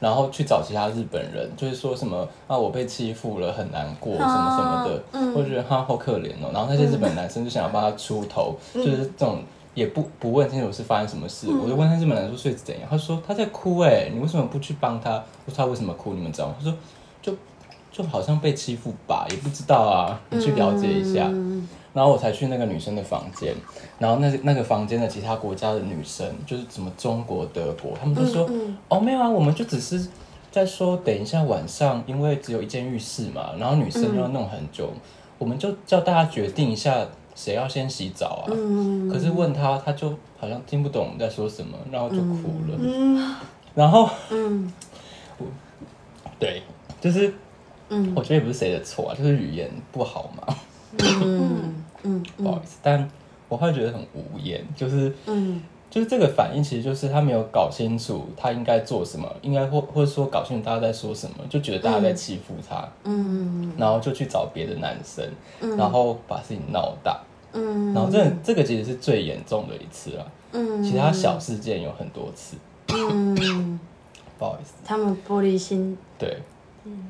Speaker 2: 然后去找其他日本人，就是说什么啊，我被欺负了，很难过，什么什么的，我觉得他好可怜哦。然后那些日本男生就想要帮他出头，就是这种也不不问清楚是发生什么事。我就问他日本男生睡怎样，他说他在哭哎、你为什么不去帮他？我说他为什么哭，你们知道吗？他说就就好像被欺负吧，也不知道啊，你去了解一下。然后我才去那个女生的房间，然后那那个房间的其他国家的女生，就是什么中国、德国，他们都说、哦没有啊，我们就只是在说等一下晚上，因为只有一间浴室嘛，然后女生要弄很久，我们就叫大家决定一下谁要先洗澡啊。可是问他，他就好像听不懂我们在说什么，然后就哭了。然后
Speaker 4: 嗯
Speaker 2: 对，就是
Speaker 4: 嗯
Speaker 2: 我觉得也不是谁的错啊，就是语言不好嘛，
Speaker 4: 嗯嗯
Speaker 2: 不好意思，但我会觉得很无言，就是
Speaker 4: 嗯
Speaker 2: 就是这个反应，其实就是他没有搞清楚他应该做什么，应该或或者说搞清楚大家在说什么，就觉得大家在欺负他，
Speaker 4: 嗯
Speaker 2: 然后就去找别的男生，然后把事情闹大，
Speaker 4: 嗯
Speaker 2: 然后这这个其实是最严重的一次了，
Speaker 4: 嗯
Speaker 2: 其他小事件有很多次，
Speaker 4: 嗯，
Speaker 2: 不好意思，
Speaker 4: 他们玻璃心，
Speaker 2: 对，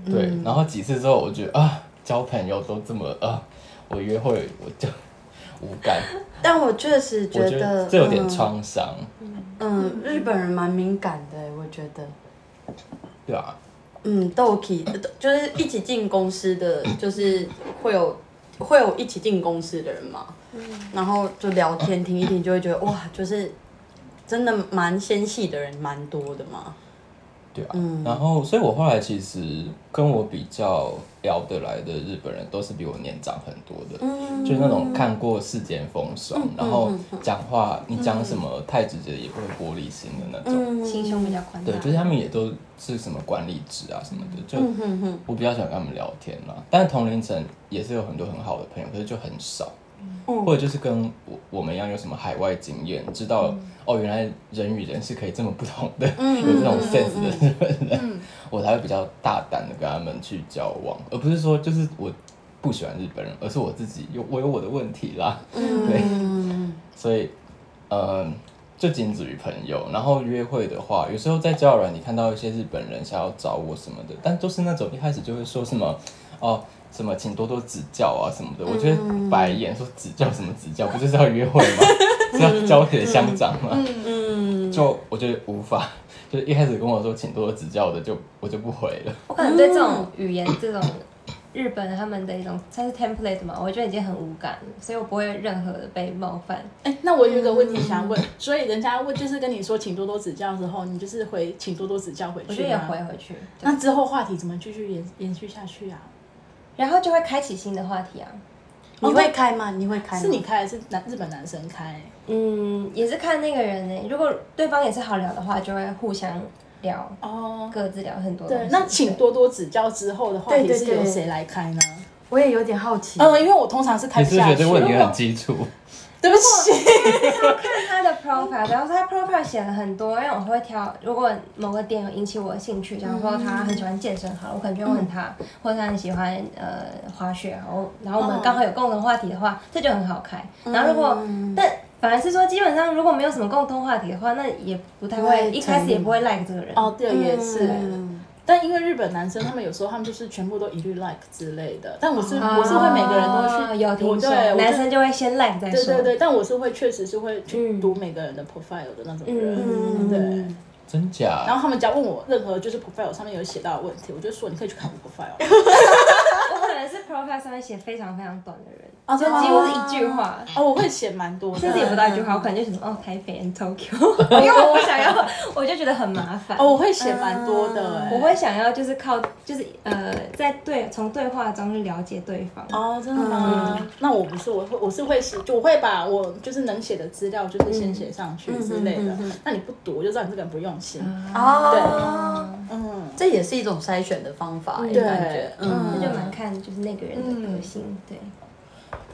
Speaker 2: 对，
Speaker 4: 嗯
Speaker 2: 然后几次之后，我觉得啊，交朋友都这么啊，我约会我就无 感，
Speaker 4: 但我确实
Speaker 2: 我觉
Speaker 4: 得
Speaker 2: 得这有点
Speaker 4: 嗯
Speaker 2: 创伤，
Speaker 4: 嗯，日本人蛮敏感的，我觉得。
Speaker 2: 对啊吧、
Speaker 4: 嗯，斗体就是一起进公 司的，就是会有会有一起进公司的人嘛，然后就聊天听一听，就会觉得哇，就是真的蛮纤细的人蛮多的嘛。
Speaker 2: 对啊，
Speaker 4: 嗯
Speaker 2: 然后所以我后来其实跟我比较聊得来的日本人，都是比我年长很多的，
Speaker 4: 嗯
Speaker 2: 就是那种看过世间风霜，然后讲话你讲什么太直接也不会玻璃心的那种。
Speaker 4: 嗯
Speaker 5: 心胸比较宽大。
Speaker 2: 对，就是他们也都是什么管理职啊什么的，就
Speaker 4: 嗯哼哼，
Speaker 2: 我比较喜欢跟他们聊天啦。但同龄层也是有很多很好的朋友，可是就很少。
Speaker 4: 嗯
Speaker 2: 或者就是跟我我们一样有什么海外经验，知道、哦，原来人与人是可以这么不同的， 有这种 sense 的日本人，我才会比较大胆的跟他们去交往，而不是说就是我不喜欢日本人，而是我自己有我有我的问题啦，
Speaker 4: 嗯
Speaker 2: 对，所以呃，就仅止于朋友。然后约会的话，有时候在交友软你看到一些日本人想要找我什么的，但都是那种一开始就会说什么哦。什么，请多多指教啊什么
Speaker 1: 嗯
Speaker 2: 的，我觉得白眼说指教什么指教，不就是要约 会吗？是要交给乡长吗？
Speaker 4: 嗯，
Speaker 2: 就我觉得无法，就是一开始跟我说请多多指教的，就我就不回了。
Speaker 5: 我可能对这种语言、这种日本他们的一种，它是 template 嘛，我就已经很无感了，所以我不会任何的被冒犯。
Speaker 1: 哎，那我有一个问题想问，所以人家问就是跟你说请多多指教之后，你就是回请多多指教回去
Speaker 5: 我
Speaker 1: 吗？
Speaker 5: 就也回回去，
Speaker 1: 那之后话题怎么继续延延续下去啊？
Speaker 5: 然后就会开启新的话题啊。
Speaker 4: 你会开吗？你会开吗？
Speaker 1: 是你开还是男日本男生开？
Speaker 5: 嗯，也是看那个人呢、如果对方也是好聊的话，就会互相聊，
Speaker 1: 哦，
Speaker 5: 各自聊很多东西。
Speaker 1: 对，那请多多指教之后的话
Speaker 4: 对
Speaker 1: 题
Speaker 4: 对
Speaker 1: 是由
Speaker 4: 对
Speaker 1: 谁来开呢？
Speaker 4: 我也有点好奇。
Speaker 1: 嗯，因为我通常是开
Speaker 2: 你
Speaker 1: 不
Speaker 2: 是不是
Speaker 1: 下
Speaker 2: 觉得
Speaker 1: 去。
Speaker 2: 这个问题
Speaker 1: 如
Speaker 2: 很
Speaker 1: 果
Speaker 2: 基础？
Speaker 1: 对不起，
Speaker 5: 看他的 profile，比方说他 profile 写了很多，因为我会挑，如果某个点有引起我的兴趣，假如说他很喜欢健身，好了，我可能就会问他，或者他很喜欢呃滑雪，然后然后
Speaker 1: 嗯
Speaker 5: 我
Speaker 1: 哦
Speaker 5: 们刚好有共同话题的话，这就很好开。然后如果、
Speaker 1: 嗯
Speaker 5: 但反而是说，基本上如果没有什么共同话题的话，那也不太
Speaker 4: 不会
Speaker 5: 会，一开始也不会 like 这个人。
Speaker 1: 哦，对，也是。
Speaker 4: 嗯
Speaker 1: 但因为日本男生他们有时候他们就是全部都一律 like 之类的，但我是、我是会每个人都
Speaker 5: 哦
Speaker 1: 去
Speaker 5: 啊有
Speaker 1: 我
Speaker 5: 听说，
Speaker 1: 对我就
Speaker 5: 男生就会先 like 再
Speaker 1: 对
Speaker 5: 说。
Speaker 1: 对对，但我是会确实是会去读每个人的 profile 的那种人，
Speaker 4: 嗯
Speaker 1: 对。
Speaker 2: 真假？
Speaker 1: 然后他们只要问我任何就是 profile 上面有写到的问题，我就说你可以去看我 profile。
Speaker 5: 我可能是 profile 上面写非常非常短啊的人，
Speaker 1: 哦真的吗
Speaker 5: 就几乎是一句话。
Speaker 1: 哦，我会写蛮多
Speaker 5: 甚至也不
Speaker 1: 的。
Speaker 5: 到一句话，我可能就想说哦，台北 and Tokyo，因为我想要，我就觉得很麻烦。
Speaker 1: 哦哦，我会写蛮多的、哎
Speaker 5: 嗯我会想要就是靠就是呃，在对从对话中去了解对方。
Speaker 1: 哦，真的吗？那我不是，我会我是会写，就我会把我就是能写的资料，就是先写上去之类的。
Speaker 4: 嗯嗯嗯嗯
Speaker 1: 那你不读，我就知道你这个人不用心。
Speaker 4: 哦，
Speaker 1: 嗯，
Speaker 4: 这也是一种筛选的方法，
Speaker 5: 嗯
Speaker 4: 也感觉
Speaker 1: 对
Speaker 5: 那
Speaker 4: 嗯，
Speaker 5: 就蛮看就是那个人的个性，对。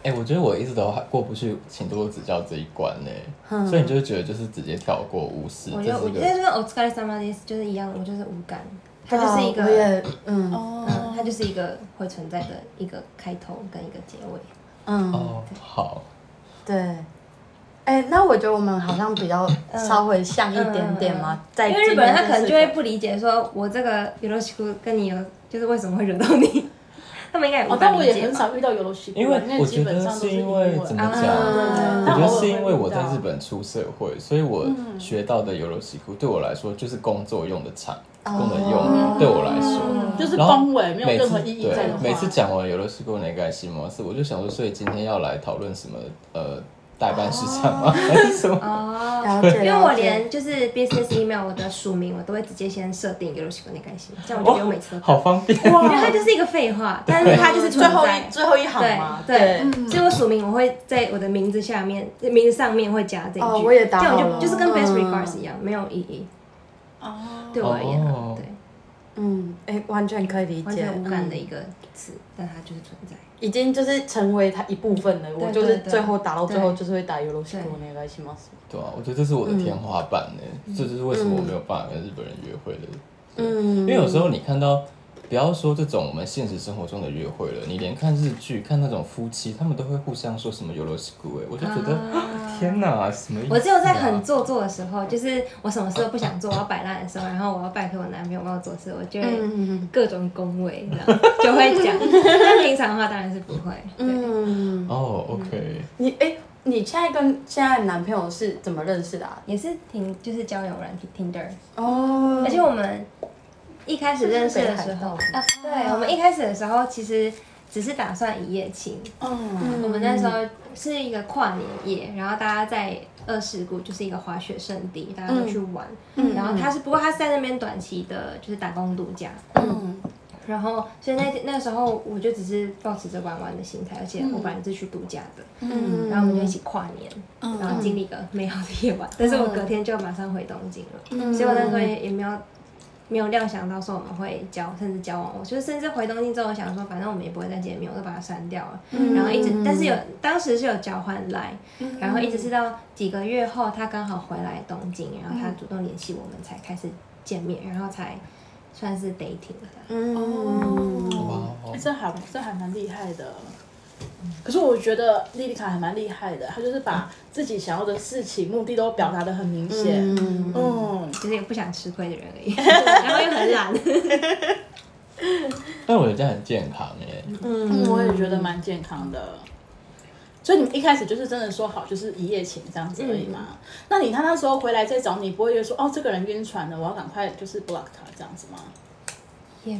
Speaker 2: 哎、我觉得我一直都还过不去，请多多指教这一关呢、
Speaker 4: 嗯
Speaker 2: 所以你就觉得就是直接跳过无
Speaker 1: 嗯
Speaker 2: 视，
Speaker 5: 我
Speaker 2: 这
Speaker 5: 觉得我
Speaker 2: 是个
Speaker 5: 觉得就是我 s c a r somebody 就是一样，我就是无感，它就是一
Speaker 4: 啊我
Speaker 5: 个，
Speaker 4: 也嗯
Speaker 1: 哦，
Speaker 5: 嗯，它就是一个会存在的一个开头跟一个结尾。
Speaker 4: 嗯
Speaker 2: 哦好，
Speaker 4: 对。哎，那我觉得我们好像比较
Speaker 5: 嗯
Speaker 4: 稍微像一点点嘛，在
Speaker 5: 因为日本人他
Speaker 4: 这件
Speaker 5: 可能
Speaker 4: 事
Speaker 5: 就会
Speaker 4: 情
Speaker 5: 不理解，说我这个 y o r o s h 跟你有就是为什么会惹到你， 他们应该也无
Speaker 1: 哦，
Speaker 5: 法
Speaker 1: 但我
Speaker 5: 理
Speaker 1: 也
Speaker 5: 解
Speaker 1: 很
Speaker 5: 吧。
Speaker 1: 少遇到有罗西，
Speaker 2: 因为
Speaker 1: 因
Speaker 2: 我
Speaker 1: 基
Speaker 2: 觉
Speaker 1: 本
Speaker 2: 得
Speaker 1: 上都
Speaker 2: 是
Speaker 1: 是
Speaker 2: 因
Speaker 1: 英
Speaker 2: 为
Speaker 1: 文
Speaker 2: 怎么
Speaker 5: 啊
Speaker 2: 讲，
Speaker 1: 对
Speaker 2: 我觉
Speaker 1: 但
Speaker 2: 得
Speaker 1: 偶尔
Speaker 2: 是因
Speaker 1: 会嗯
Speaker 2: 为
Speaker 1: 遇
Speaker 2: 我在
Speaker 1: 到
Speaker 2: 日本出社会，所以我学到的游柔西裤对我来说就是工作用的场，功能用，对我来说。
Speaker 1: 嗯
Speaker 5: 嗯
Speaker 1: 就是
Speaker 2: 然后
Speaker 1: 恭哦维，没有
Speaker 2: 每
Speaker 1: 任
Speaker 2: 次
Speaker 1: 何意义在
Speaker 2: 对
Speaker 1: 的话。
Speaker 2: 每次讲完游乐西库那个新模式，我就想说，所以今天要来讨论什么呃代办事项吗？ 还是什么？
Speaker 5: 哦，
Speaker 4: 了解，
Speaker 5: 因为我
Speaker 4: 了解
Speaker 5: 连就是 business email 我的署名我都会直接先设定 y o r o s h 那开心，这样我就不
Speaker 4: 哦
Speaker 5: 用每次都打。
Speaker 2: 好方便。
Speaker 5: 因为它就是一个废话，但是它就是
Speaker 4: 最
Speaker 5: 存
Speaker 4: 后
Speaker 5: 在
Speaker 4: 一。最后一行
Speaker 5: 对
Speaker 4: 嘛，
Speaker 5: 对，嗯所以我署名我会在我的名字下面，名字上面会加这一句，
Speaker 4: 哦我也打
Speaker 5: 这样我
Speaker 4: 好了
Speaker 5: 就就是跟 best
Speaker 4: 嗯
Speaker 5: regards 一样，没有意义，
Speaker 1: 哦，
Speaker 5: 对我而言啊
Speaker 2: 哦，
Speaker 5: 对，
Speaker 4: 嗯，哎，完全可以理
Speaker 5: 完
Speaker 4: 解，
Speaker 5: 全无感
Speaker 4: 嗯
Speaker 5: 的一个词，但它就是存在。
Speaker 4: 已经就是成为它一部分了。我
Speaker 5: 对
Speaker 4: 就是
Speaker 5: 对对
Speaker 4: 最后打到最后
Speaker 5: 对
Speaker 4: 就是会打 y o r o s
Speaker 5: 对
Speaker 4: h 那个西吗？
Speaker 2: 对啊，我觉得这是我的
Speaker 5: 嗯
Speaker 2: 天花板呢、这就是为什么我没有办法跟日本人约会的。
Speaker 4: 嗯
Speaker 2: 因为有时候你看到，不要说这种我们现实生活中的约会了，你连看日剧、看那种夫妻，他们都会互相说什么 y o r o s h 哎，我就觉得、天哪，什么意思、啊？
Speaker 5: 我只有在很做作的时候，就是我什么事都不想做，我要摆烂的时候，然后我要拜托我男朋友帮我做事，我就
Speaker 4: 嗯
Speaker 5: 会各种恭维，这样 就会讲。但平常的话当然是不会。对，
Speaker 4: 嗯，
Speaker 2: 哦，OK，
Speaker 4: 你哎、你现在跟现在的男朋友是怎么认识的、啊？
Speaker 5: 也是挺就是交友软体 Tinder，
Speaker 4: 哦
Speaker 5: 而且我们一开始认识的时
Speaker 4: 是不是
Speaker 5: 候，
Speaker 4: 北海道
Speaker 5: 啊，对，我们一开始的时候其实只是打算一夜情，
Speaker 1: 嗯，
Speaker 5: 我们那时候是一个跨年夜，然后大家在二世谷就是一个滑雪圣地，大家都去玩。然后他是不过他是在那边短期的，就是打工度假。
Speaker 1: 嗯
Speaker 5: 然后所以那那时候我就只是保持着玩玩的心态，而且我本来是去度假的，
Speaker 4: 嗯
Speaker 5: 然后我们就一起跨年，
Speaker 1: 嗯
Speaker 5: 然后经历一个美好的夜晚。但是我隔天就马上回东京了，所以我那时候也也没有。没有料想到说我们会交，甚至交往。我就是甚至回东京之后，我想说反正我们也不会再见面，我就把它删掉了。
Speaker 1: 嗯
Speaker 5: 然后一直，但是有当时是有交换来，然后一直是到几个月后，他刚好回来东京，然后他主动联系我们，才开始见面，然后才算是 dating 了。
Speaker 4: 嗯
Speaker 5: 嗯
Speaker 1: 哦，
Speaker 2: 哇
Speaker 1: 欸这还这还蛮厉害的。可是我觉得莉莉卡还蛮厉害的，她就是把自己想要的事情、目的都表达的很明显。
Speaker 4: 嗯
Speaker 1: 嗯，
Speaker 5: 就是一个不想吃亏的人而已，然后又很懒。
Speaker 2: 但我觉得这样很健康欸耶。
Speaker 1: 嗯，我也觉得蛮健康的。所以你们一开始就是真的说好，就是一夜情这样子而已嘛？那你看那时候回来再找你，不会就说哦，这个人晕船了，我要赶快就是 block 他这样子吗？
Speaker 5: 也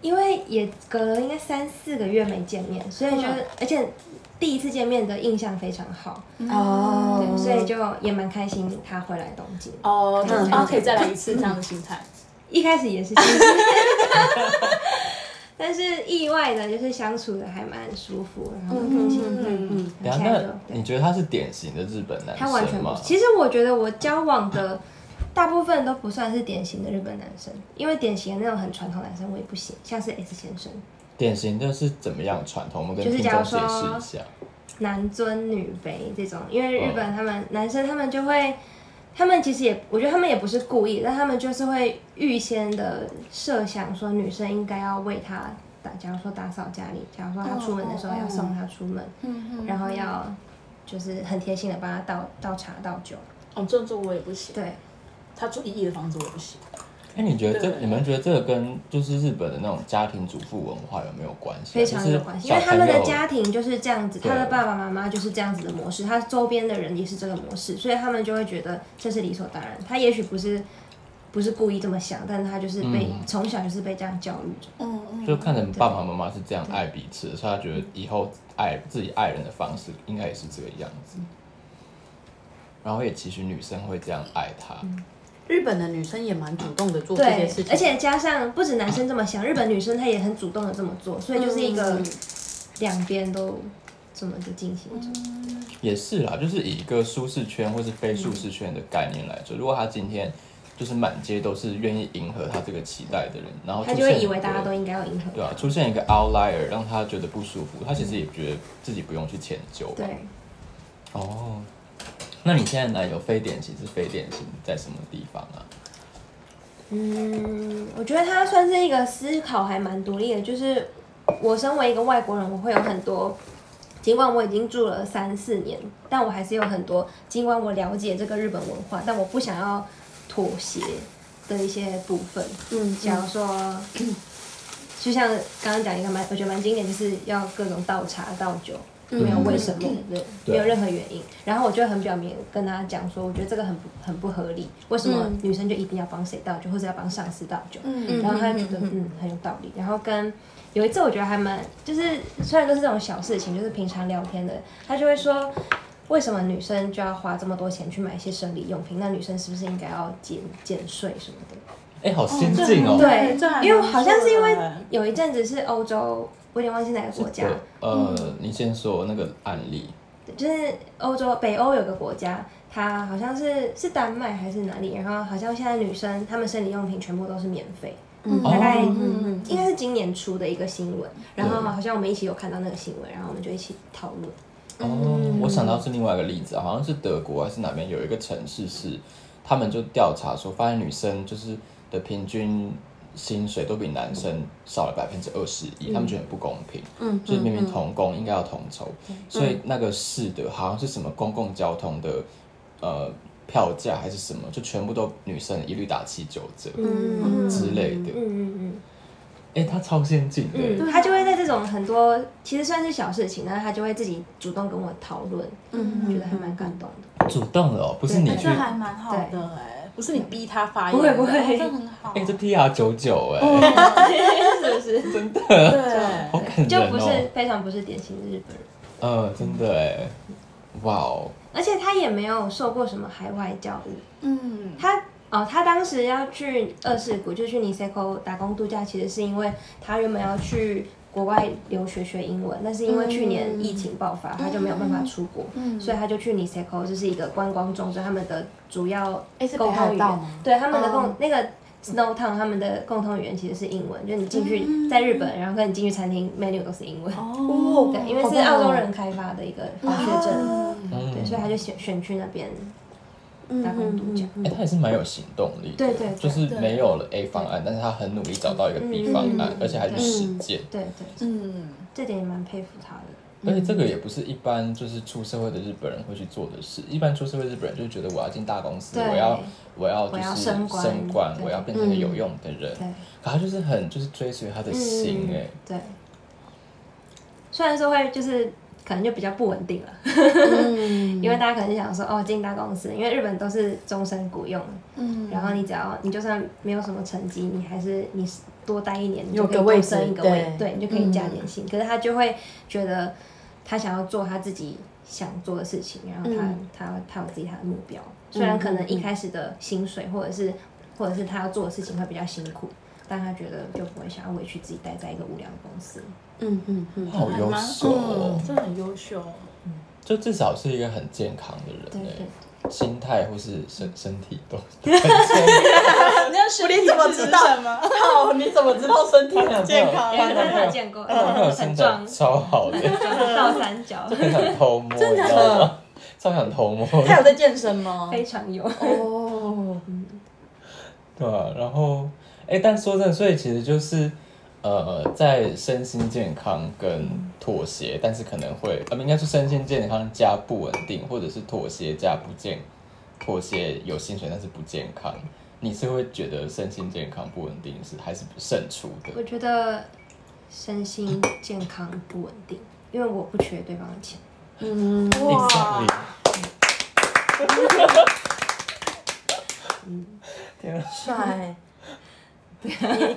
Speaker 5: 因为也隔了应该三四个月没见面，所以就是、而且第一次见面的印象非常好，
Speaker 4: 哦
Speaker 5: 对，所以就也蛮开心他回来东京。
Speaker 1: 哦，就是
Speaker 5: 嗯
Speaker 1: 哦，可以再来一次这样的心态。
Speaker 5: 一开始也是新鲜的， 但是意外的就是相处的还蛮舒服，然后很开心。嗯嗯，
Speaker 2: 等一
Speaker 5: 现
Speaker 2: 下，
Speaker 5: 在
Speaker 2: 那
Speaker 5: 就
Speaker 2: 你
Speaker 5: 对，
Speaker 2: 觉得他是典型的日本男
Speaker 5: 他完全
Speaker 2: 生
Speaker 5: 不
Speaker 2: 吗？。
Speaker 5: 其实我觉得我交往的大部分都不算是典型的日本男生，因为典型的那种很传统男生我也不行，像是 S 先生，
Speaker 2: 典型的是怎么样传统？我们跟
Speaker 5: 就是
Speaker 2: 听
Speaker 5: 假
Speaker 2: 众
Speaker 5: 如
Speaker 2: 解释一下。
Speaker 5: 男尊女卑这种，因为日本他们、男生他们就会，他们其实也，我觉得他们也不是故意，但他们就是会预先的设想说女生应该要为他打，假如说打扫家里，假如说他出门的时候要送他出门，
Speaker 1: 嗯
Speaker 5: 然后要就是很贴心的帮他倒倒茶倒酒，
Speaker 1: 哦，这种做我也不行，
Speaker 5: 对，
Speaker 1: 他住一亿的房子我也不行。
Speaker 2: 哎、你觉得这
Speaker 1: 对
Speaker 2: 你们觉得这个跟就是日本的那种家庭主妇文化有没有关系啊？
Speaker 5: 非常有关系，因为
Speaker 2: 就是小
Speaker 5: 他们的
Speaker 2: 朋友
Speaker 5: 家庭就是这样子，
Speaker 2: 对
Speaker 5: 他的爸爸妈妈就是这样子的模式，他周边的人也是这个模式，所以他们就会觉得这是理所当然。他也许不是不是故意这么想，但他就是被
Speaker 2: 嗯
Speaker 5: 从、小就是被这样教育着。
Speaker 1: 嗯嗯，
Speaker 2: 就看着爸爸妈妈是这样爱彼此的，所以他觉得以后爱自己爱人的方式应该也是这个样子。
Speaker 5: 嗯
Speaker 2: 然后也期许女生会这样爱他，
Speaker 5: 嗯
Speaker 4: 日本的女生也蛮主动的做这件
Speaker 5: 对
Speaker 4: 事情，，
Speaker 5: 而且加上不止男生这么想，日本女生她也很主动的这么做，所以就是一个两边都这么的进行着。
Speaker 2: 也是啦，就是以一个舒适圈或是非舒适圈的概念来说，如果他今天就是满街都是愿意迎合他这个期待的人，然后
Speaker 5: 他
Speaker 2: 哦出
Speaker 5: 就会
Speaker 2: 现
Speaker 5: 以
Speaker 2: 一
Speaker 5: 为
Speaker 2: 个
Speaker 5: 大家都应该要迎合
Speaker 2: 对啊，
Speaker 5: 他，
Speaker 2: 出现一个 outlier 让他觉得不舒服，他其实也觉得自己不用去迁就吧。
Speaker 5: 对，
Speaker 2: 哦，那你现在男友非典型是非典型在什么地方啊？
Speaker 5: 嗯，我觉得他算是一个思考还蛮独立的，就是我身为一个外国人，我会有很多，尽管我已经住了三四年，但我还是有很多，尽管我了解这个日本文化，但我不想要妥协的一些部分。
Speaker 4: 嗯
Speaker 5: 假如说，就像刚刚讲一个蛮，我觉得蛮经典，就是要各种倒茶倒酒，
Speaker 4: 嗯
Speaker 5: 没有为什么，对，
Speaker 2: 对
Speaker 5: 没有任何原因。然后我就很表明跟他讲说，我觉得这个很不很不合理，为什
Speaker 4: 嗯
Speaker 5: 么女生就一定要帮谁倒酒，或者要帮上司倒酒？然后他就觉得嗯很有道理。然后跟
Speaker 1: 嗯
Speaker 5: 有一次我觉得还蛮，就是虽然都是这种小事情，就是平常聊天的，他就会说。为什么女生就要花这么多钱去买一些生理用品？那女生是不是应该要减减税什么的？
Speaker 2: 哎、好先进哦、
Speaker 5: 对
Speaker 1: 这还，蛮
Speaker 5: 因为我好像是因为
Speaker 1: 不错的
Speaker 5: 有一阵子是欧洲，我有点忘记哪个国家嗯
Speaker 2: 对，，呃，你先说那个案例，
Speaker 5: 对就是欧洲北欧有个国家，它好像是是丹麦还是哪里，然后好像现在女生她们生理用品全部都是免费，
Speaker 4: 嗯
Speaker 5: 大概、
Speaker 2: 哦
Speaker 5: 嗯、应该是今年出的一个新闻，然后好像我们一起有看到那个新闻，然后我们就一起讨论。
Speaker 2: 哦，我想到是另外一个例子，好像是德国还是哪边有一个城市是，他们就调查说，发现女生就是的平均薪水都比男生少了百分之二十一，他们觉得很不公平。嗯，就是明明同工应该要同酬，所以那个市的好像是什么公共交通的呃票价还是什么，就全部都女生一律打七九折
Speaker 5: 嗯
Speaker 2: 之类的。
Speaker 5: 嗯嗯嗯
Speaker 2: 哎、他超先进的。
Speaker 5: 嗯，他就会在这种很多其实算是小事情，然后他就会自己主动跟我讨论，嗯，觉得还蛮感动的。
Speaker 2: 主动了哦，不是你
Speaker 1: 哎
Speaker 2: 去，
Speaker 1: 这还
Speaker 2: 哎、
Speaker 1: 蛮好的哎，不是你逼他发言，
Speaker 5: 不会不会
Speaker 1: 哦这很好，
Speaker 2: 这 PR 九九
Speaker 5: 嗯
Speaker 2: 哎，
Speaker 5: 是不是？
Speaker 1: 对，
Speaker 2: 好感人哦。
Speaker 5: 就不是非常不是典型的日本人，
Speaker 2: 呃，真的哎，哇哦，
Speaker 5: 而且他也没有受过什么海外教育。
Speaker 1: 嗯，
Speaker 5: 他哦，他当时要去二世谷，就去 Niseko 打工度假，其实是因为他原本要去国外留学学英文，但是因为去年
Speaker 4: 嗯
Speaker 5: 疫情爆发，他就没有办法出国，所以他就去 Niseko，这是一个观光中心，他们的主要
Speaker 4: 诶是北
Speaker 5: 沟
Speaker 4: 海
Speaker 5: 通语
Speaker 4: 道
Speaker 5: 言
Speaker 4: 吗，哦
Speaker 5: 对他们的共、那个。Snow Town 他们的共同语言其实是英文，就你进
Speaker 4: 嗯
Speaker 5: 去在日本，然后跟你进去餐厅 menu 都是英文。
Speaker 1: 哦
Speaker 5: 对，因为是澳洲人开发的一个
Speaker 4: 啊
Speaker 5: 滑雪
Speaker 4: 哦
Speaker 5: 证，
Speaker 2: 嗯，
Speaker 5: 对，所以他就选选去那边
Speaker 4: 嗯
Speaker 5: 打工度假。
Speaker 2: 哎、他也是蛮有行动力的，
Speaker 5: 对对对嗯
Speaker 2: 就是没有了 A 方案，但是他很努力找到一个 B 方案，而且还去实践，
Speaker 5: 对对，
Speaker 1: 嗯，
Speaker 5: 这点也蛮佩服他的。
Speaker 2: 而且这个也不是一般就是出社会的日本人会去做的事，一般出社会日本人就觉得我要进大公司，
Speaker 5: 对
Speaker 2: 我要我要就
Speaker 5: 我要
Speaker 2: 是
Speaker 5: 升官
Speaker 2: 升官，
Speaker 5: 对
Speaker 2: 我要变成一个有用的人，
Speaker 5: 对
Speaker 2: 可他就是很就是追随他的心哎、
Speaker 5: 嗯对，虽然说会就是可能就比较不稳定了， 因为大家可能就想说哦进大公司，因为日本都
Speaker 4: 嗯
Speaker 5: 是终身雇佣，嗯，然后你只要你就算没有什么成绩，你还是你多待一年，你
Speaker 4: 有
Speaker 5: 就可以
Speaker 4: 个位
Speaker 5: 多
Speaker 4: 置
Speaker 5: 升一个
Speaker 4: 对嗯
Speaker 5: 位，对，你就可以加点薪。可是他就会觉得他想要做他自己想做的事情，然后他、
Speaker 4: 嗯
Speaker 5: 他他有自己他的目标，虽然可能一开始的薪水或者是或者是他要做的事情会比较辛苦。但他觉得就不会想要委屈自己待在一个无良的公司，
Speaker 4: 嗯嗯 嗯，
Speaker 2: 好
Speaker 1: 还
Speaker 2: 优
Speaker 1: 蛮
Speaker 2: 秀哦，
Speaker 5: 嗯
Speaker 1: 真的很优秀。
Speaker 2: 就至少是一个很健康的人、
Speaker 5: 对
Speaker 2: 欸，心态或是身身体 都
Speaker 1: 那实力怎么知道什么？
Speaker 4: 靠， 你怎么知道身体
Speaker 2: 她男朋友
Speaker 1: 健
Speaker 5: 哦
Speaker 1: 康
Speaker 2: 她男朋友
Speaker 5: 见 过，哦
Speaker 2: 她男朋友身材
Speaker 5: 很壮，
Speaker 2: 超好的，
Speaker 5: 倒三角，
Speaker 2: 很想偷摸，你知道吗？超想偷摸的，
Speaker 4: 他有在健身 吗？
Speaker 5: 非常有。
Speaker 4: 哦，
Speaker 2: 对啊，然后，哎，但说真的，所以其实就是，呃，在身心健康跟妥协，但是可能会，呃，应该是身心健康加不稳定，或者是妥协加不健，妥协有薪水但是不健康，你是会觉得身心健康不稳定是还是胜出
Speaker 5: 我
Speaker 2: 的？
Speaker 5: 觉得身心健康不稳定，因为我不缺对方的钱。
Speaker 4: 嗯，
Speaker 1: 哇
Speaker 2: Exactly，天啊，
Speaker 4: 帅，你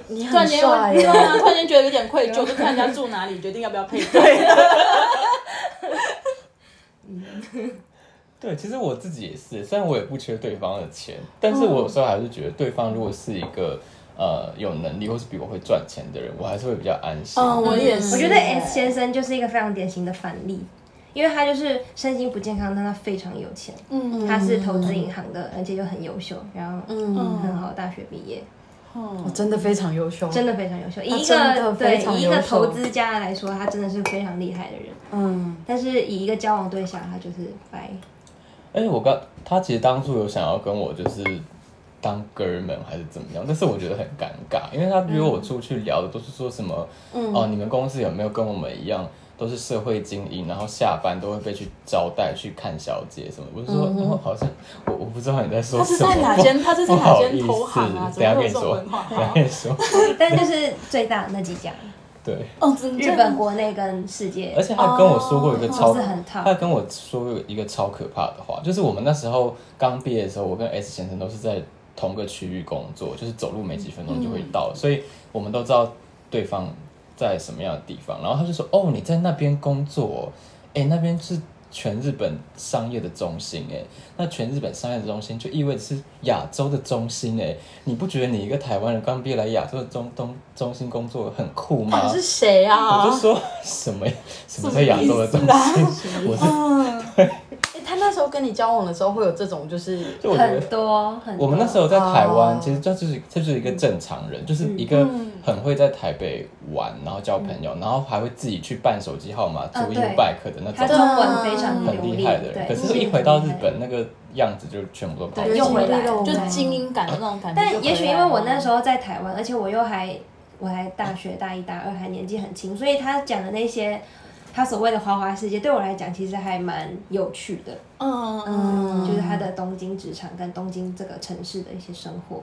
Speaker 4: 你
Speaker 1: 突然
Speaker 4: 很
Speaker 1: 间会，
Speaker 4: 帅哦
Speaker 1: 对
Speaker 4: 耶，
Speaker 1: 啊突然间觉得有点愧疚，就看人家住哪里，决定要不要 配对。
Speaker 2: 对，其实我自己也是，虽然我也不缺对方的钱，但是我有时候还是觉得对方如果是一个呃有能力或是比我会赚钱的人，我还是会比较安心。
Speaker 1: 嗯，我也是。
Speaker 5: 我觉得哎 S 先生就是一个非常典型的反例，因为他就是身心不健康，但他非常有钱。
Speaker 1: 嗯
Speaker 5: 他是投资银行的，而且又很优秀，然后
Speaker 4: 嗯
Speaker 5: 很好，大学毕业，
Speaker 1: 嗯
Speaker 4: 我哦真的非常优秀，
Speaker 5: 真的非常优秀。以一
Speaker 4: 真的
Speaker 5: 个
Speaker 4: 非
Speaker 5: 对
Speaker 4: 常
Speaker 5: 以一个
Speaker 4: 优秀
Speaker 5: 投资家来说，他真的是非常厉害的人。
Speaker 4: 嗯，
Speaker 5: 但是以一个交往对象，他就是白。
Speaker 2: 而且我刚他其实当初有想要跟我就是当哥们还是怎么样，但是我觉得很尴尬，因为他约
Speaker 1: 嗯
Speaker 2: 我出去聊的都是说什么，嗯、哦，你们公司有没有跟我们一样？都是社会精英，然后下班都会被去招待去看小姐什么。我就说，哦、好像我我不知道你在
Speaker 1: 嗯
Speaker 2: 说
Speaker 1: 他
Speaker 2: 什
Speaker 1: 是
Speaker 2: 么。
Speaker 1: 在哪间？他是在
Speaker 2: 不
Speaker 1: 哪
Speaker 2: 好
Speaker 1: 间
Speaker 2: 意思，
Speaker 1: 投行啊？
Speaker 2: 等
Speaker 1: 怎么
Speaker 2: 一下
Speaker 1: 会有
Speaker 2: 跟你
Speaker 1: 这种
Speaker 2: 说，
Speaker 1: 文化？
Speaker 2: 等一下跟你说，
Speaker 5: 但就是最大的那几家，
Speaker 2: 对。
Speaker 1: 哦，真
Speaker 5: 日本国内跟世界，
Speaker 2: 而且他还跟我说过一个超，
Speaker 5: 哦是很烫
Speaker 2: 他还跟我说过一个超可怕的话，就是我们那时候刚毕业的时候，我跟 S 先生都是在同个区域工作，就是走路没几分钟就会到，
Speaker 5: 嗯
Speaker 2: 所以我们都知道对方在什么样的地方。然后他就说：“哦，你在那边工作、哦，哎、那边是全日本商业的中心，哎，那全日本商业的中心就意味着是亚洲的中心，哎，你不觉得你一个台湾人刚毕业来亚洲的中东中心工作很酷
Speaker 5: 哦
Speaker 2: 吗？”
Speaker 4: 你是谁啊
Speaker 2: 我就？说什么什么在亚洲的东西，我是
Speaker 4: 诶他那时候跟你交往的时候会有这种就是
Speaker 2: 就我觉
Speaker 5: 很
Speaker 2: 得
Speaker 5: 多很多。
Speaker 2: 我们那时候在台
Speaker 4: 哦
Speaker 2: 湾，其实这就是这就是一个正常人，就是一个很会在台北玩，然后交朋友，然后还会自己去办手机号码、
Speaker 5: 嗯
Speaker 2: 租 U
Speaker 5: 对啊
Speaker 2: Bike 的那
Speaker 5: 他
Speaker 2: 种
Speaker 5: 中文非常
Speaker 2: 很
Speaker 5: 流利，
Speaker 2: 厉害的人。可
Speaker 5: 对
Speaker 2: 是，一回到日本，那个样子就全部都跑
Speaker 5: 对
Speaker 2: 出来
Speaker 5: 又回来
Speaker 1: 就
Speaker 5: 对
Speaker 1: 精英感的那种感觉就回来了。
Speaker 5: 但也许因为我那时候在台湾，而且我又还我还大学大一大二，还年纪很轻，所以他讲的那些他所谓的花花世界，对我来讲其实还蛮有趣的。
Speaker 1: 嗯嗯，
Speaker 5: 嗯，就是他的东京职场跟东京这个城市的一些生活。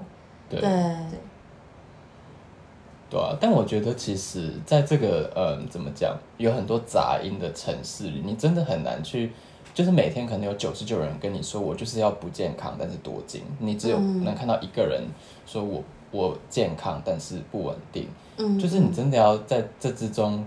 Speaker 2: 对
Speaker 4: 对，
Speaker 2: 对啊，但我觉得其实在这个呃，怎么讲，有很多杂音的城市里，你真的很难去，就是每天可能有九十九人跟你说我就是要不健康，但是多金，你只有能看到一个人说我我健康，但是不稳定，
Speaker 4: 嗯
Speaker 2: 就是你真的要在这之中，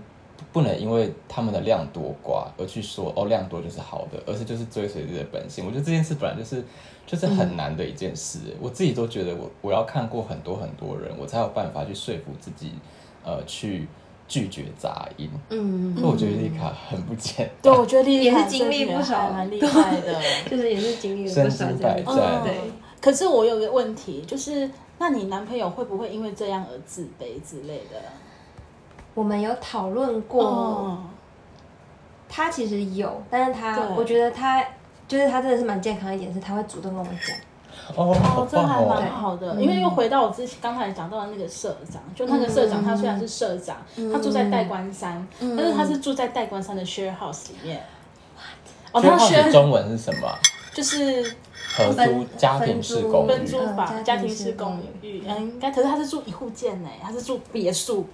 Speaker 2: 不能因为他们的量多寡而去说哦量多就是好的，而是就是追随自己的本性。我觉得这件事本来就是就是很难的一件事，欸我自己都觉得我我要看过很多很多人，我才有办法去说服自己，呃，去拒绝杂音。
Speaker 4: 嗯，
Speaker 2: 那、我觉得丽卡很不简
Speaker 1: 对，
Speaker 2: 单，
Speaker 1: 我觉得厉害
Speaker 5: 也是经历不少
Speaker 1: 还蛮厉害的。
Speaker 5: 就是也是经历了
Speaker 2: 身
Speaker 5: 不少
Speaker 2: 经
Speaker 5: 这样
Speaker 2: 百
Speaker 5: 的。
Speaker 2: 战。
Speaker 5: 对
Speaker 1: 嗯可是我有个问题，就是那你男朋友会不会因为这样而自卑之类的？
Speaker 5: 我们有讨论
Speaker 2: 哦
Speaker 5: 过，
Speaker 1: 嗯
Speaker 5: 他其实有，但是他
Speaker 1: 对
Speaker 5: 我觉得他就是他真的是蛮健康一点，是他会主动跟我讲。
Speaker 2: 哦，好
Speaker 1: 哦，这
Speaker 2: 棒
Speaker 1: 还蛮
Speaker 2: 哦！
Speaker 1: 好的，因为又回到我之前刚才讲到的那个社长，就那个社长，他虽然是社长，
Speaker 2: 嗯
Speaker 1: 他住在代官山，但是他是住在代官山的 share house 里面。哦，
Speaker 2: 这
Speaker 1: 他
Speaker 2: 话的
Speaker 1: share
Speaker 2: 中文是什么啊？
Speaker 1: 就是
Speaker 2: 合租
Speaker 5: 分
Speaker 2: 家庭式公
Speaker 1: 分
Speaker 2: 寓
Speaker 1: 租法家
Speaker 5: 嗯家
Speaker 1: 庭
Speaker 5: 庭
Speaker 1: 式
Speaker 5: 式
Speaker 1: 公
Speaker 5: 公
Speaker 1: 寓，嗯，应该，可是他是住一户建呢，他是住别墅，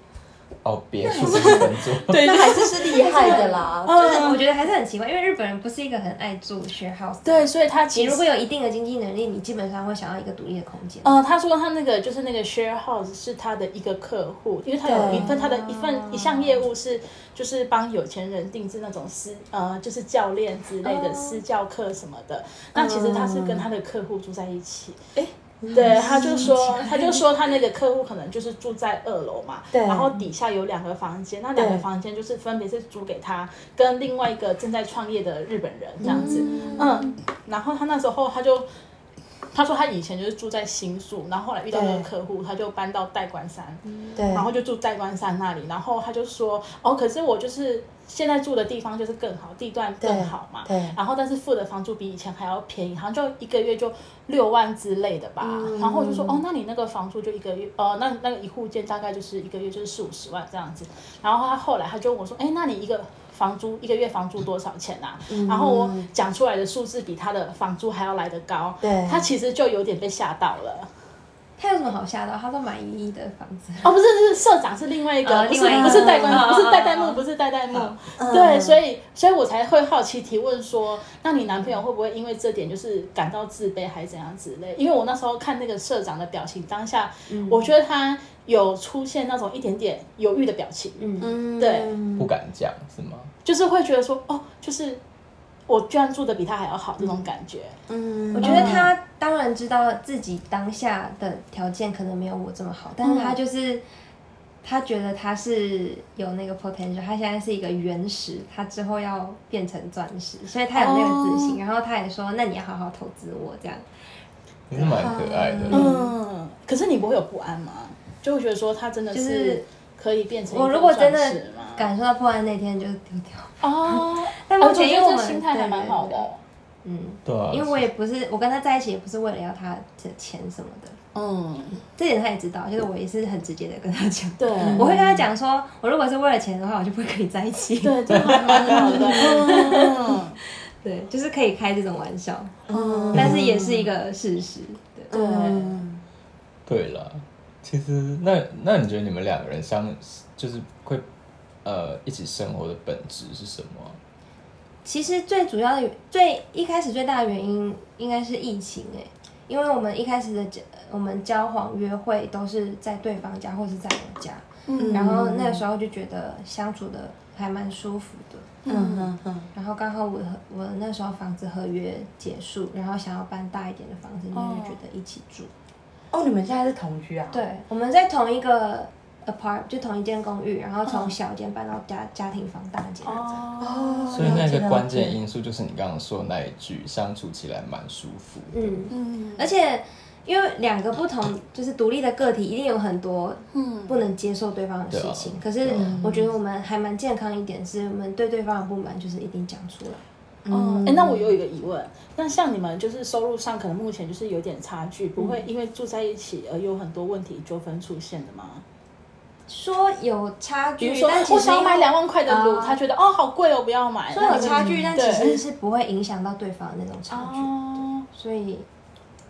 Speaker 2: 哦，别墅不是分座，
Speaker 1: 对，
Speaker 4: 那还是是厉害的啦。
Speaker 5: 就是
Speaker 1: 嗯
Speaker 5: 我觉得还是很奇怪，因为日本人不是一个很爱住 share house。
Speaker 1: 对，，所以他其
Speaker 5: 你
Speaker 1: 实
Speaker 5: 如果有一定的经济能力，你基本上会想要一个独立的空间。
Speaker 1: 呃，他说他那个就是那个 share house 是他的一个客户，因为他有一份他的一份一项业务是就是帮有钱人定制那种私呃就是教练之类的私教课什么的。那其实他是跟他的客户住在一起。
Speaker 4: 诶
Speaker 1: 对，他就说，嗯 他就说他那个客户可能就是住在二楼嘛，
Speaker 4: 对
Speaker 1: 然后底下有两个房间，那两个
Speaker 4: 对
Speaker 1: 房间就是分别是租给他跟另外一个正在创业的日本人这样子，嗯，然后他那时候他就他说他以前就是住在新宿，然后后来遇到那个
Speaker 4: 对
Speaker 1: 客户，他就搬到代官山，
Speaker 4: 对，
Speaker 1: 然后就住代官山那里。然后他就说，哦，可是我就是现在住的地方就是更好，地段更好嘛。
Speaker 4: 对对
Speaker 1: 然后但是付的房租比以前还要便宜，好像就一个月就六万之类的吧。
Speaker 5: 嗯
Speaker 1: 然后我就说，哦，那你那个房租就一个月，呃，那那个一户建大概就是一个月就是四五十万这样子。然后他后来他就问我说，哎，那你一个。房租一个月房租多少钱啊？
Speaker 5: 嗯
Speaker 1: 然后我讲出来的数字比他的房租还要来得高，
Speaker 5: 嗯
Speaker 4: 对
Speaker 1: 他其实就有点被吓到了。
Speaker 5: 他有什么好吓到？他都买一亿的房子，
Speaker 1: 哦，不是，是社长是另外一个，
Speaker 5: 哦
Speaker 1: 不是
Speaker 5: 另外一个
Speaker 1: 不是代官，
Speaker 5: 哦
Speaker 1: 不是代代
Speaker 5: 哦
Speaker 1: 木，
Speaker 5: 哦
Speaker 1: 不是代代木。
Speaker 4: 嗯
Speaker 1: 对，所以所以我才会好奇提问说，那你男朋友会不会因为这点就是感到自卑还是怎样之类？因为我那时候看那个社长的表情，当下、
Speaker 5: 嗯
Speaker 1: 我觉得他有出现那种一点点犹豫的表情，
Speaker 4: 嗯
Speaker 1: 对
Speaker 2: 不敢讲是吗？
Speaker 1: 就是会觉得说，哦，就是我居然住的比他还要好这种感觉。
Speaker 4: 嗯
Speaker 5: 我觉得他当然知道自己当下的条件可能没有我这么好，
Speaker 1: 嗯
Speaker 5: 但是他就是、他觉得他是有那个 potential，他现在是一个原石，他之后要变成钻石，所以他有那个自
Speaker 1: 哦
Speaker 5: 信。然后他也说，那你要好好投资我这样。
Speaker 2: 也是蛮可爱的。
Speaker 1: 嗯，可是你不会有不安吗？就会觉得说他真的
Speaker 5: 就是
Speaker 1: 是可以变成一
Speaker 5: 我
Speaker 1: 个
Speaker 5: 如果真
Speaker 1: 钻石
Speaker 5: 的
Speaker 1: 吗
Speaker 5: 感受到破案那天，就是丢掉。
Speaker 1: 哦，
Speaker 5: 但
Speaker 1: 哦
Speaker 5: 目前因为
Speaker 1: 我
Speaker 5: 我
Speaker 1: 觉得
Speaker 5: 们
Speaker 1: 这心态还蛮好
Speaker 5: 对对
Speaker 1: 的。
Speaker 5: 嗯，
Speaker 2: 对啊，
Speaker 5: 因为我也不是我跟他在一起，也不是为了要他的钱什么的，
Speaker 1: 嗯，
Speaker 5: 这点他也知道，就是我也是很直接的跟他讲。
Speaker 1: 对，
Speaker 5: 我会跟他讲说，我如果是为了钱的话，我就不会跟你在一起。
Speaker 1: 对，这还蛮好的。嗯
Speaker 5: 对，就是可以开这种玩笑，
Speaker 1: 嗯
Speaker 5: 但是也是一个事实。对，
Speaker 1: 对。嗯
Speaker 4: 嗯
Speaker 2: 对了，其实那那你觉得你们两个人相就是会呃一起生活的本质是什么啊？
Speaker 5: 其实最主要的最一开始最大的原因应该是疫情哎、因为我们一开始的交我们交往约会都是在对方家或是在我家，
Speaker 1: 嗯
Speaker 5: 然后那个时候就觉得相处的还蛮舒服的。
Speaker 4: 嗯嗯嗯，
Speaker 5: 然后刚好我和我那时候房子合约结束，然后想要搬大一点的房子，
Speaker 1: 哦
Speaker 5: 那就觉得一起住。
Speaker 4: 哦，你们现在是同居啊？
Speaker 5: 对，我们在同一个 apart 就同一间公寓，然后从小间搬到家、家庭房大间。
Speaker 1: 嗯哦，
Speaker 5: 嗯
Speaker 4: 哦，
Speaker 2: 所以那
Speaker 4: 了解
Speaker 2: 个关键，
Speaker 4: 了解
Speaker 2: 因素就是你刚刚说的那一句，相处起来蛮舒服的。
Speaker 5: 嗯，
Speaker 1: 嗯
Speaker 5: 而且因为两个不同就是独立的个体，一定有很多
Speaker 1: 嗯
Speaker 5: 不能接受对方的事情。
Speaker 2: 对啊
Speaker 5: 可是我觉得我们还蛮健康一点，是我们对对方的不满就是一定讲出来。
Speaker 1: 哦，哎，那我有一个疑问，那像你们就是收入上可能目前就是有点差距，不
Speaker 5: 嗯
Speaker 1: 会因为住在一起而有很多问题纠纷出现的吗？
Speaker 5: 说有差
Speaker 1: 比如
Speaker 5: 距，
Speaker 1: 说
Speaker 5: 但其
Speaker 1: 我
Speaker 5: 实
Speaker 1: 想要买两万块的卤，
Speaker 5: 啊
Speaker 1: 他觉得哦好贵哦，不要买。
Speaker 5: 说有差距，但其
Speaker 1: 嗯对
Speaker 5: 实是不会影响到对方的那种差距，
Speaker 1: 哦
Speaker 5: 所以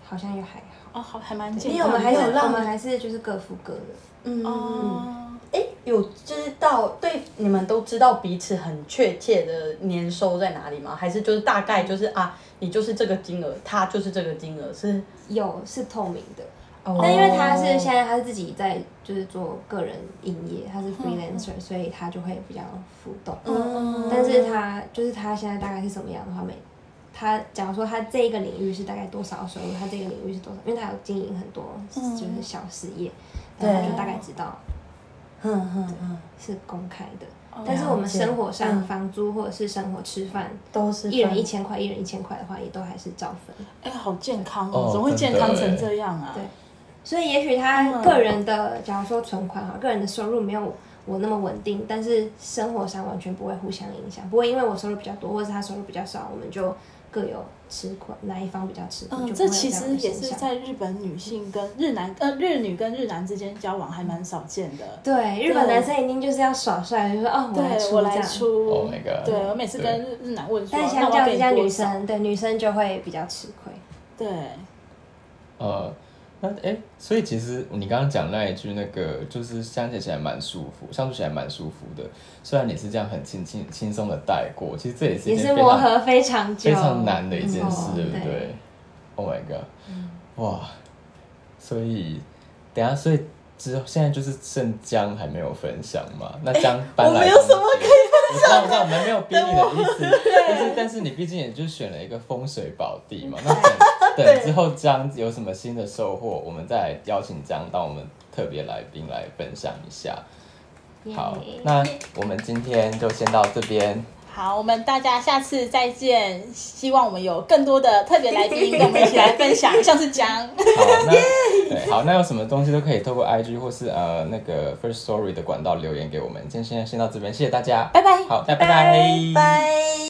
Speaker 5: 好像也还
Speaker 1: 哦
Speaker 5: 好。
Speaker 1: 好还蛮
Speaker 5: 因
Speaker 1: 健
Speaker 5: 为我
Speaker 1: 康的，
Speaker 5: 们还是
Speaker 4: 有让
Speaker 5: 我们还是就是各付各的。
Speaker 4: 嗯嗯，
Speaker 1: 哦
Speaker 4: 哎，有知道对你们都知道彼此很确切的年收在哪里吗？还是就是大概就是啊，你就是这个金额，他就是这个金额，是？
Speaker 5: 有是透明的，
Speaker 4: 哦
Speaker 5: 但因为他是现在他是自己在就是做个人营业，他是 freelancer，、所以他就会比较浮动。
Speaker 4: 嗯
Speaker 5: 但是他就是他现在大概是什么样的话，每他假如说他这一个领域是大概多少收入，他这个领域是多少，因为他有经营很多就是小事业，
Speaker 4: 对
Speaker 5: 然后就大概知道
Speaker 4: 嗯嗯嗯，
Speaker 5: 是公开的。
Speaker 1: 哦
Speaker 5: 但是我们生活上房租或者是生活吃饭，
Speaker 4: 都是
Speaker 1: 嗯
Speaker 5: 一人一
Speaker 4: 分
Speaker 5: 千块，一人一千块的话，也都还是照分。
Speaker 1: 哎好健康哦
Speaker 2: 哦，
Speaker 1: 怎么会
Speaker 2: 真
Speaker 1: 健
Speaker 2: 的
Speaker 1: 康
Speaker 2: 哎
Speaker 1: 成这样啊？
Speaker 5: 对所以也许
Speaker 1: 哦
Speaker 5: 他个人的，假如说存款哈，个人的收入没有我那么稳定，但是生活上完全不会互相影响，不会因为我收入比较多，或者是他收入比较少，我们就各有吃亏，哪一方比较吃亏，
Speaker 1: 嗯，
Speaker 5: 就不
Speaker 1: 这
Speaker 5: 会有
Speaker 1: 其
Speaker 5: 样
Speaker 1: 实
Speaker 5: 的
Speaker 1: 也
Speaker 5: 现
Speaker 1: 是
Speaker 5: 象
Speaker 1: 在日本女性跟日男呃日女跟日男之间交往还蛮少见的。
Speaker 5: 对日本男生一定就是要耍帅，就说哦我来
Speaker 1: 对，
Speaker 5: 出
Speaker 1: 我
Speaker 5: 这
Speaker 1: 来
Speaker 5: 样，
Speaker 1: 出。
Speaker 2: Oh my god！
Speaker 1: 对我每次跟日日男问说，
Speaker 5: 但
Speaker 1: 那我要
Speaker 5: 相较
Speaker 1: 给
Speaker 5: 之下
Speaker 1: 你
Speaker 5: 女
Speaker 1: 多少？
Speaker 5: 生对女生就会比较吃亏，
Speaker 1: 对，
Speaker 2: 呃，那哎、诶所以其实你刚刚讲那一句，那个就是相处起来蛮舒服，相处起来蛮舒服的。虽然你是这样很轻轻轻松的带过，其实这也是一
Speaker 5: 也是
Speaker 2: 件非
Speaker 5: 磨
Speaker 2: 常
Speaker 5: 合非常久，
Speaker 2: 非常难的一件事，
Speaker 5: 嗯
Speaker 2: 对不对？Oh my god！、哇，所以等一下，所以之后现在就是剩姜还没有分享嘛？那姜搬
Speaker 1: 我
Speaker 2: 来、
Speaker 1: 没有什么
Speaker 2: 可以分享。我知道，我知道，我们没有逼你的意思，但是但是你毕竟也就选了一个风水宝地嘛。那等等之后姜有什么新的收获，我们再来邀请姜当我们特别来宾来分享一下。好，那我们今天就先到这边。
Speaker 1: 好，我们大家下次再见。希望我们有更多的特别来宾跟我们一起来分 享，像是讲
Speaker 2: 好，那对，好，那有什么东西都可以透过 IG 或是呃那个 First Story 的管道留言给我们。今天先先到这边，谢谢大家，
Speaker 1: 拜拜
Speaker 2: 好，那拜拜，
Speaker 4: 拜。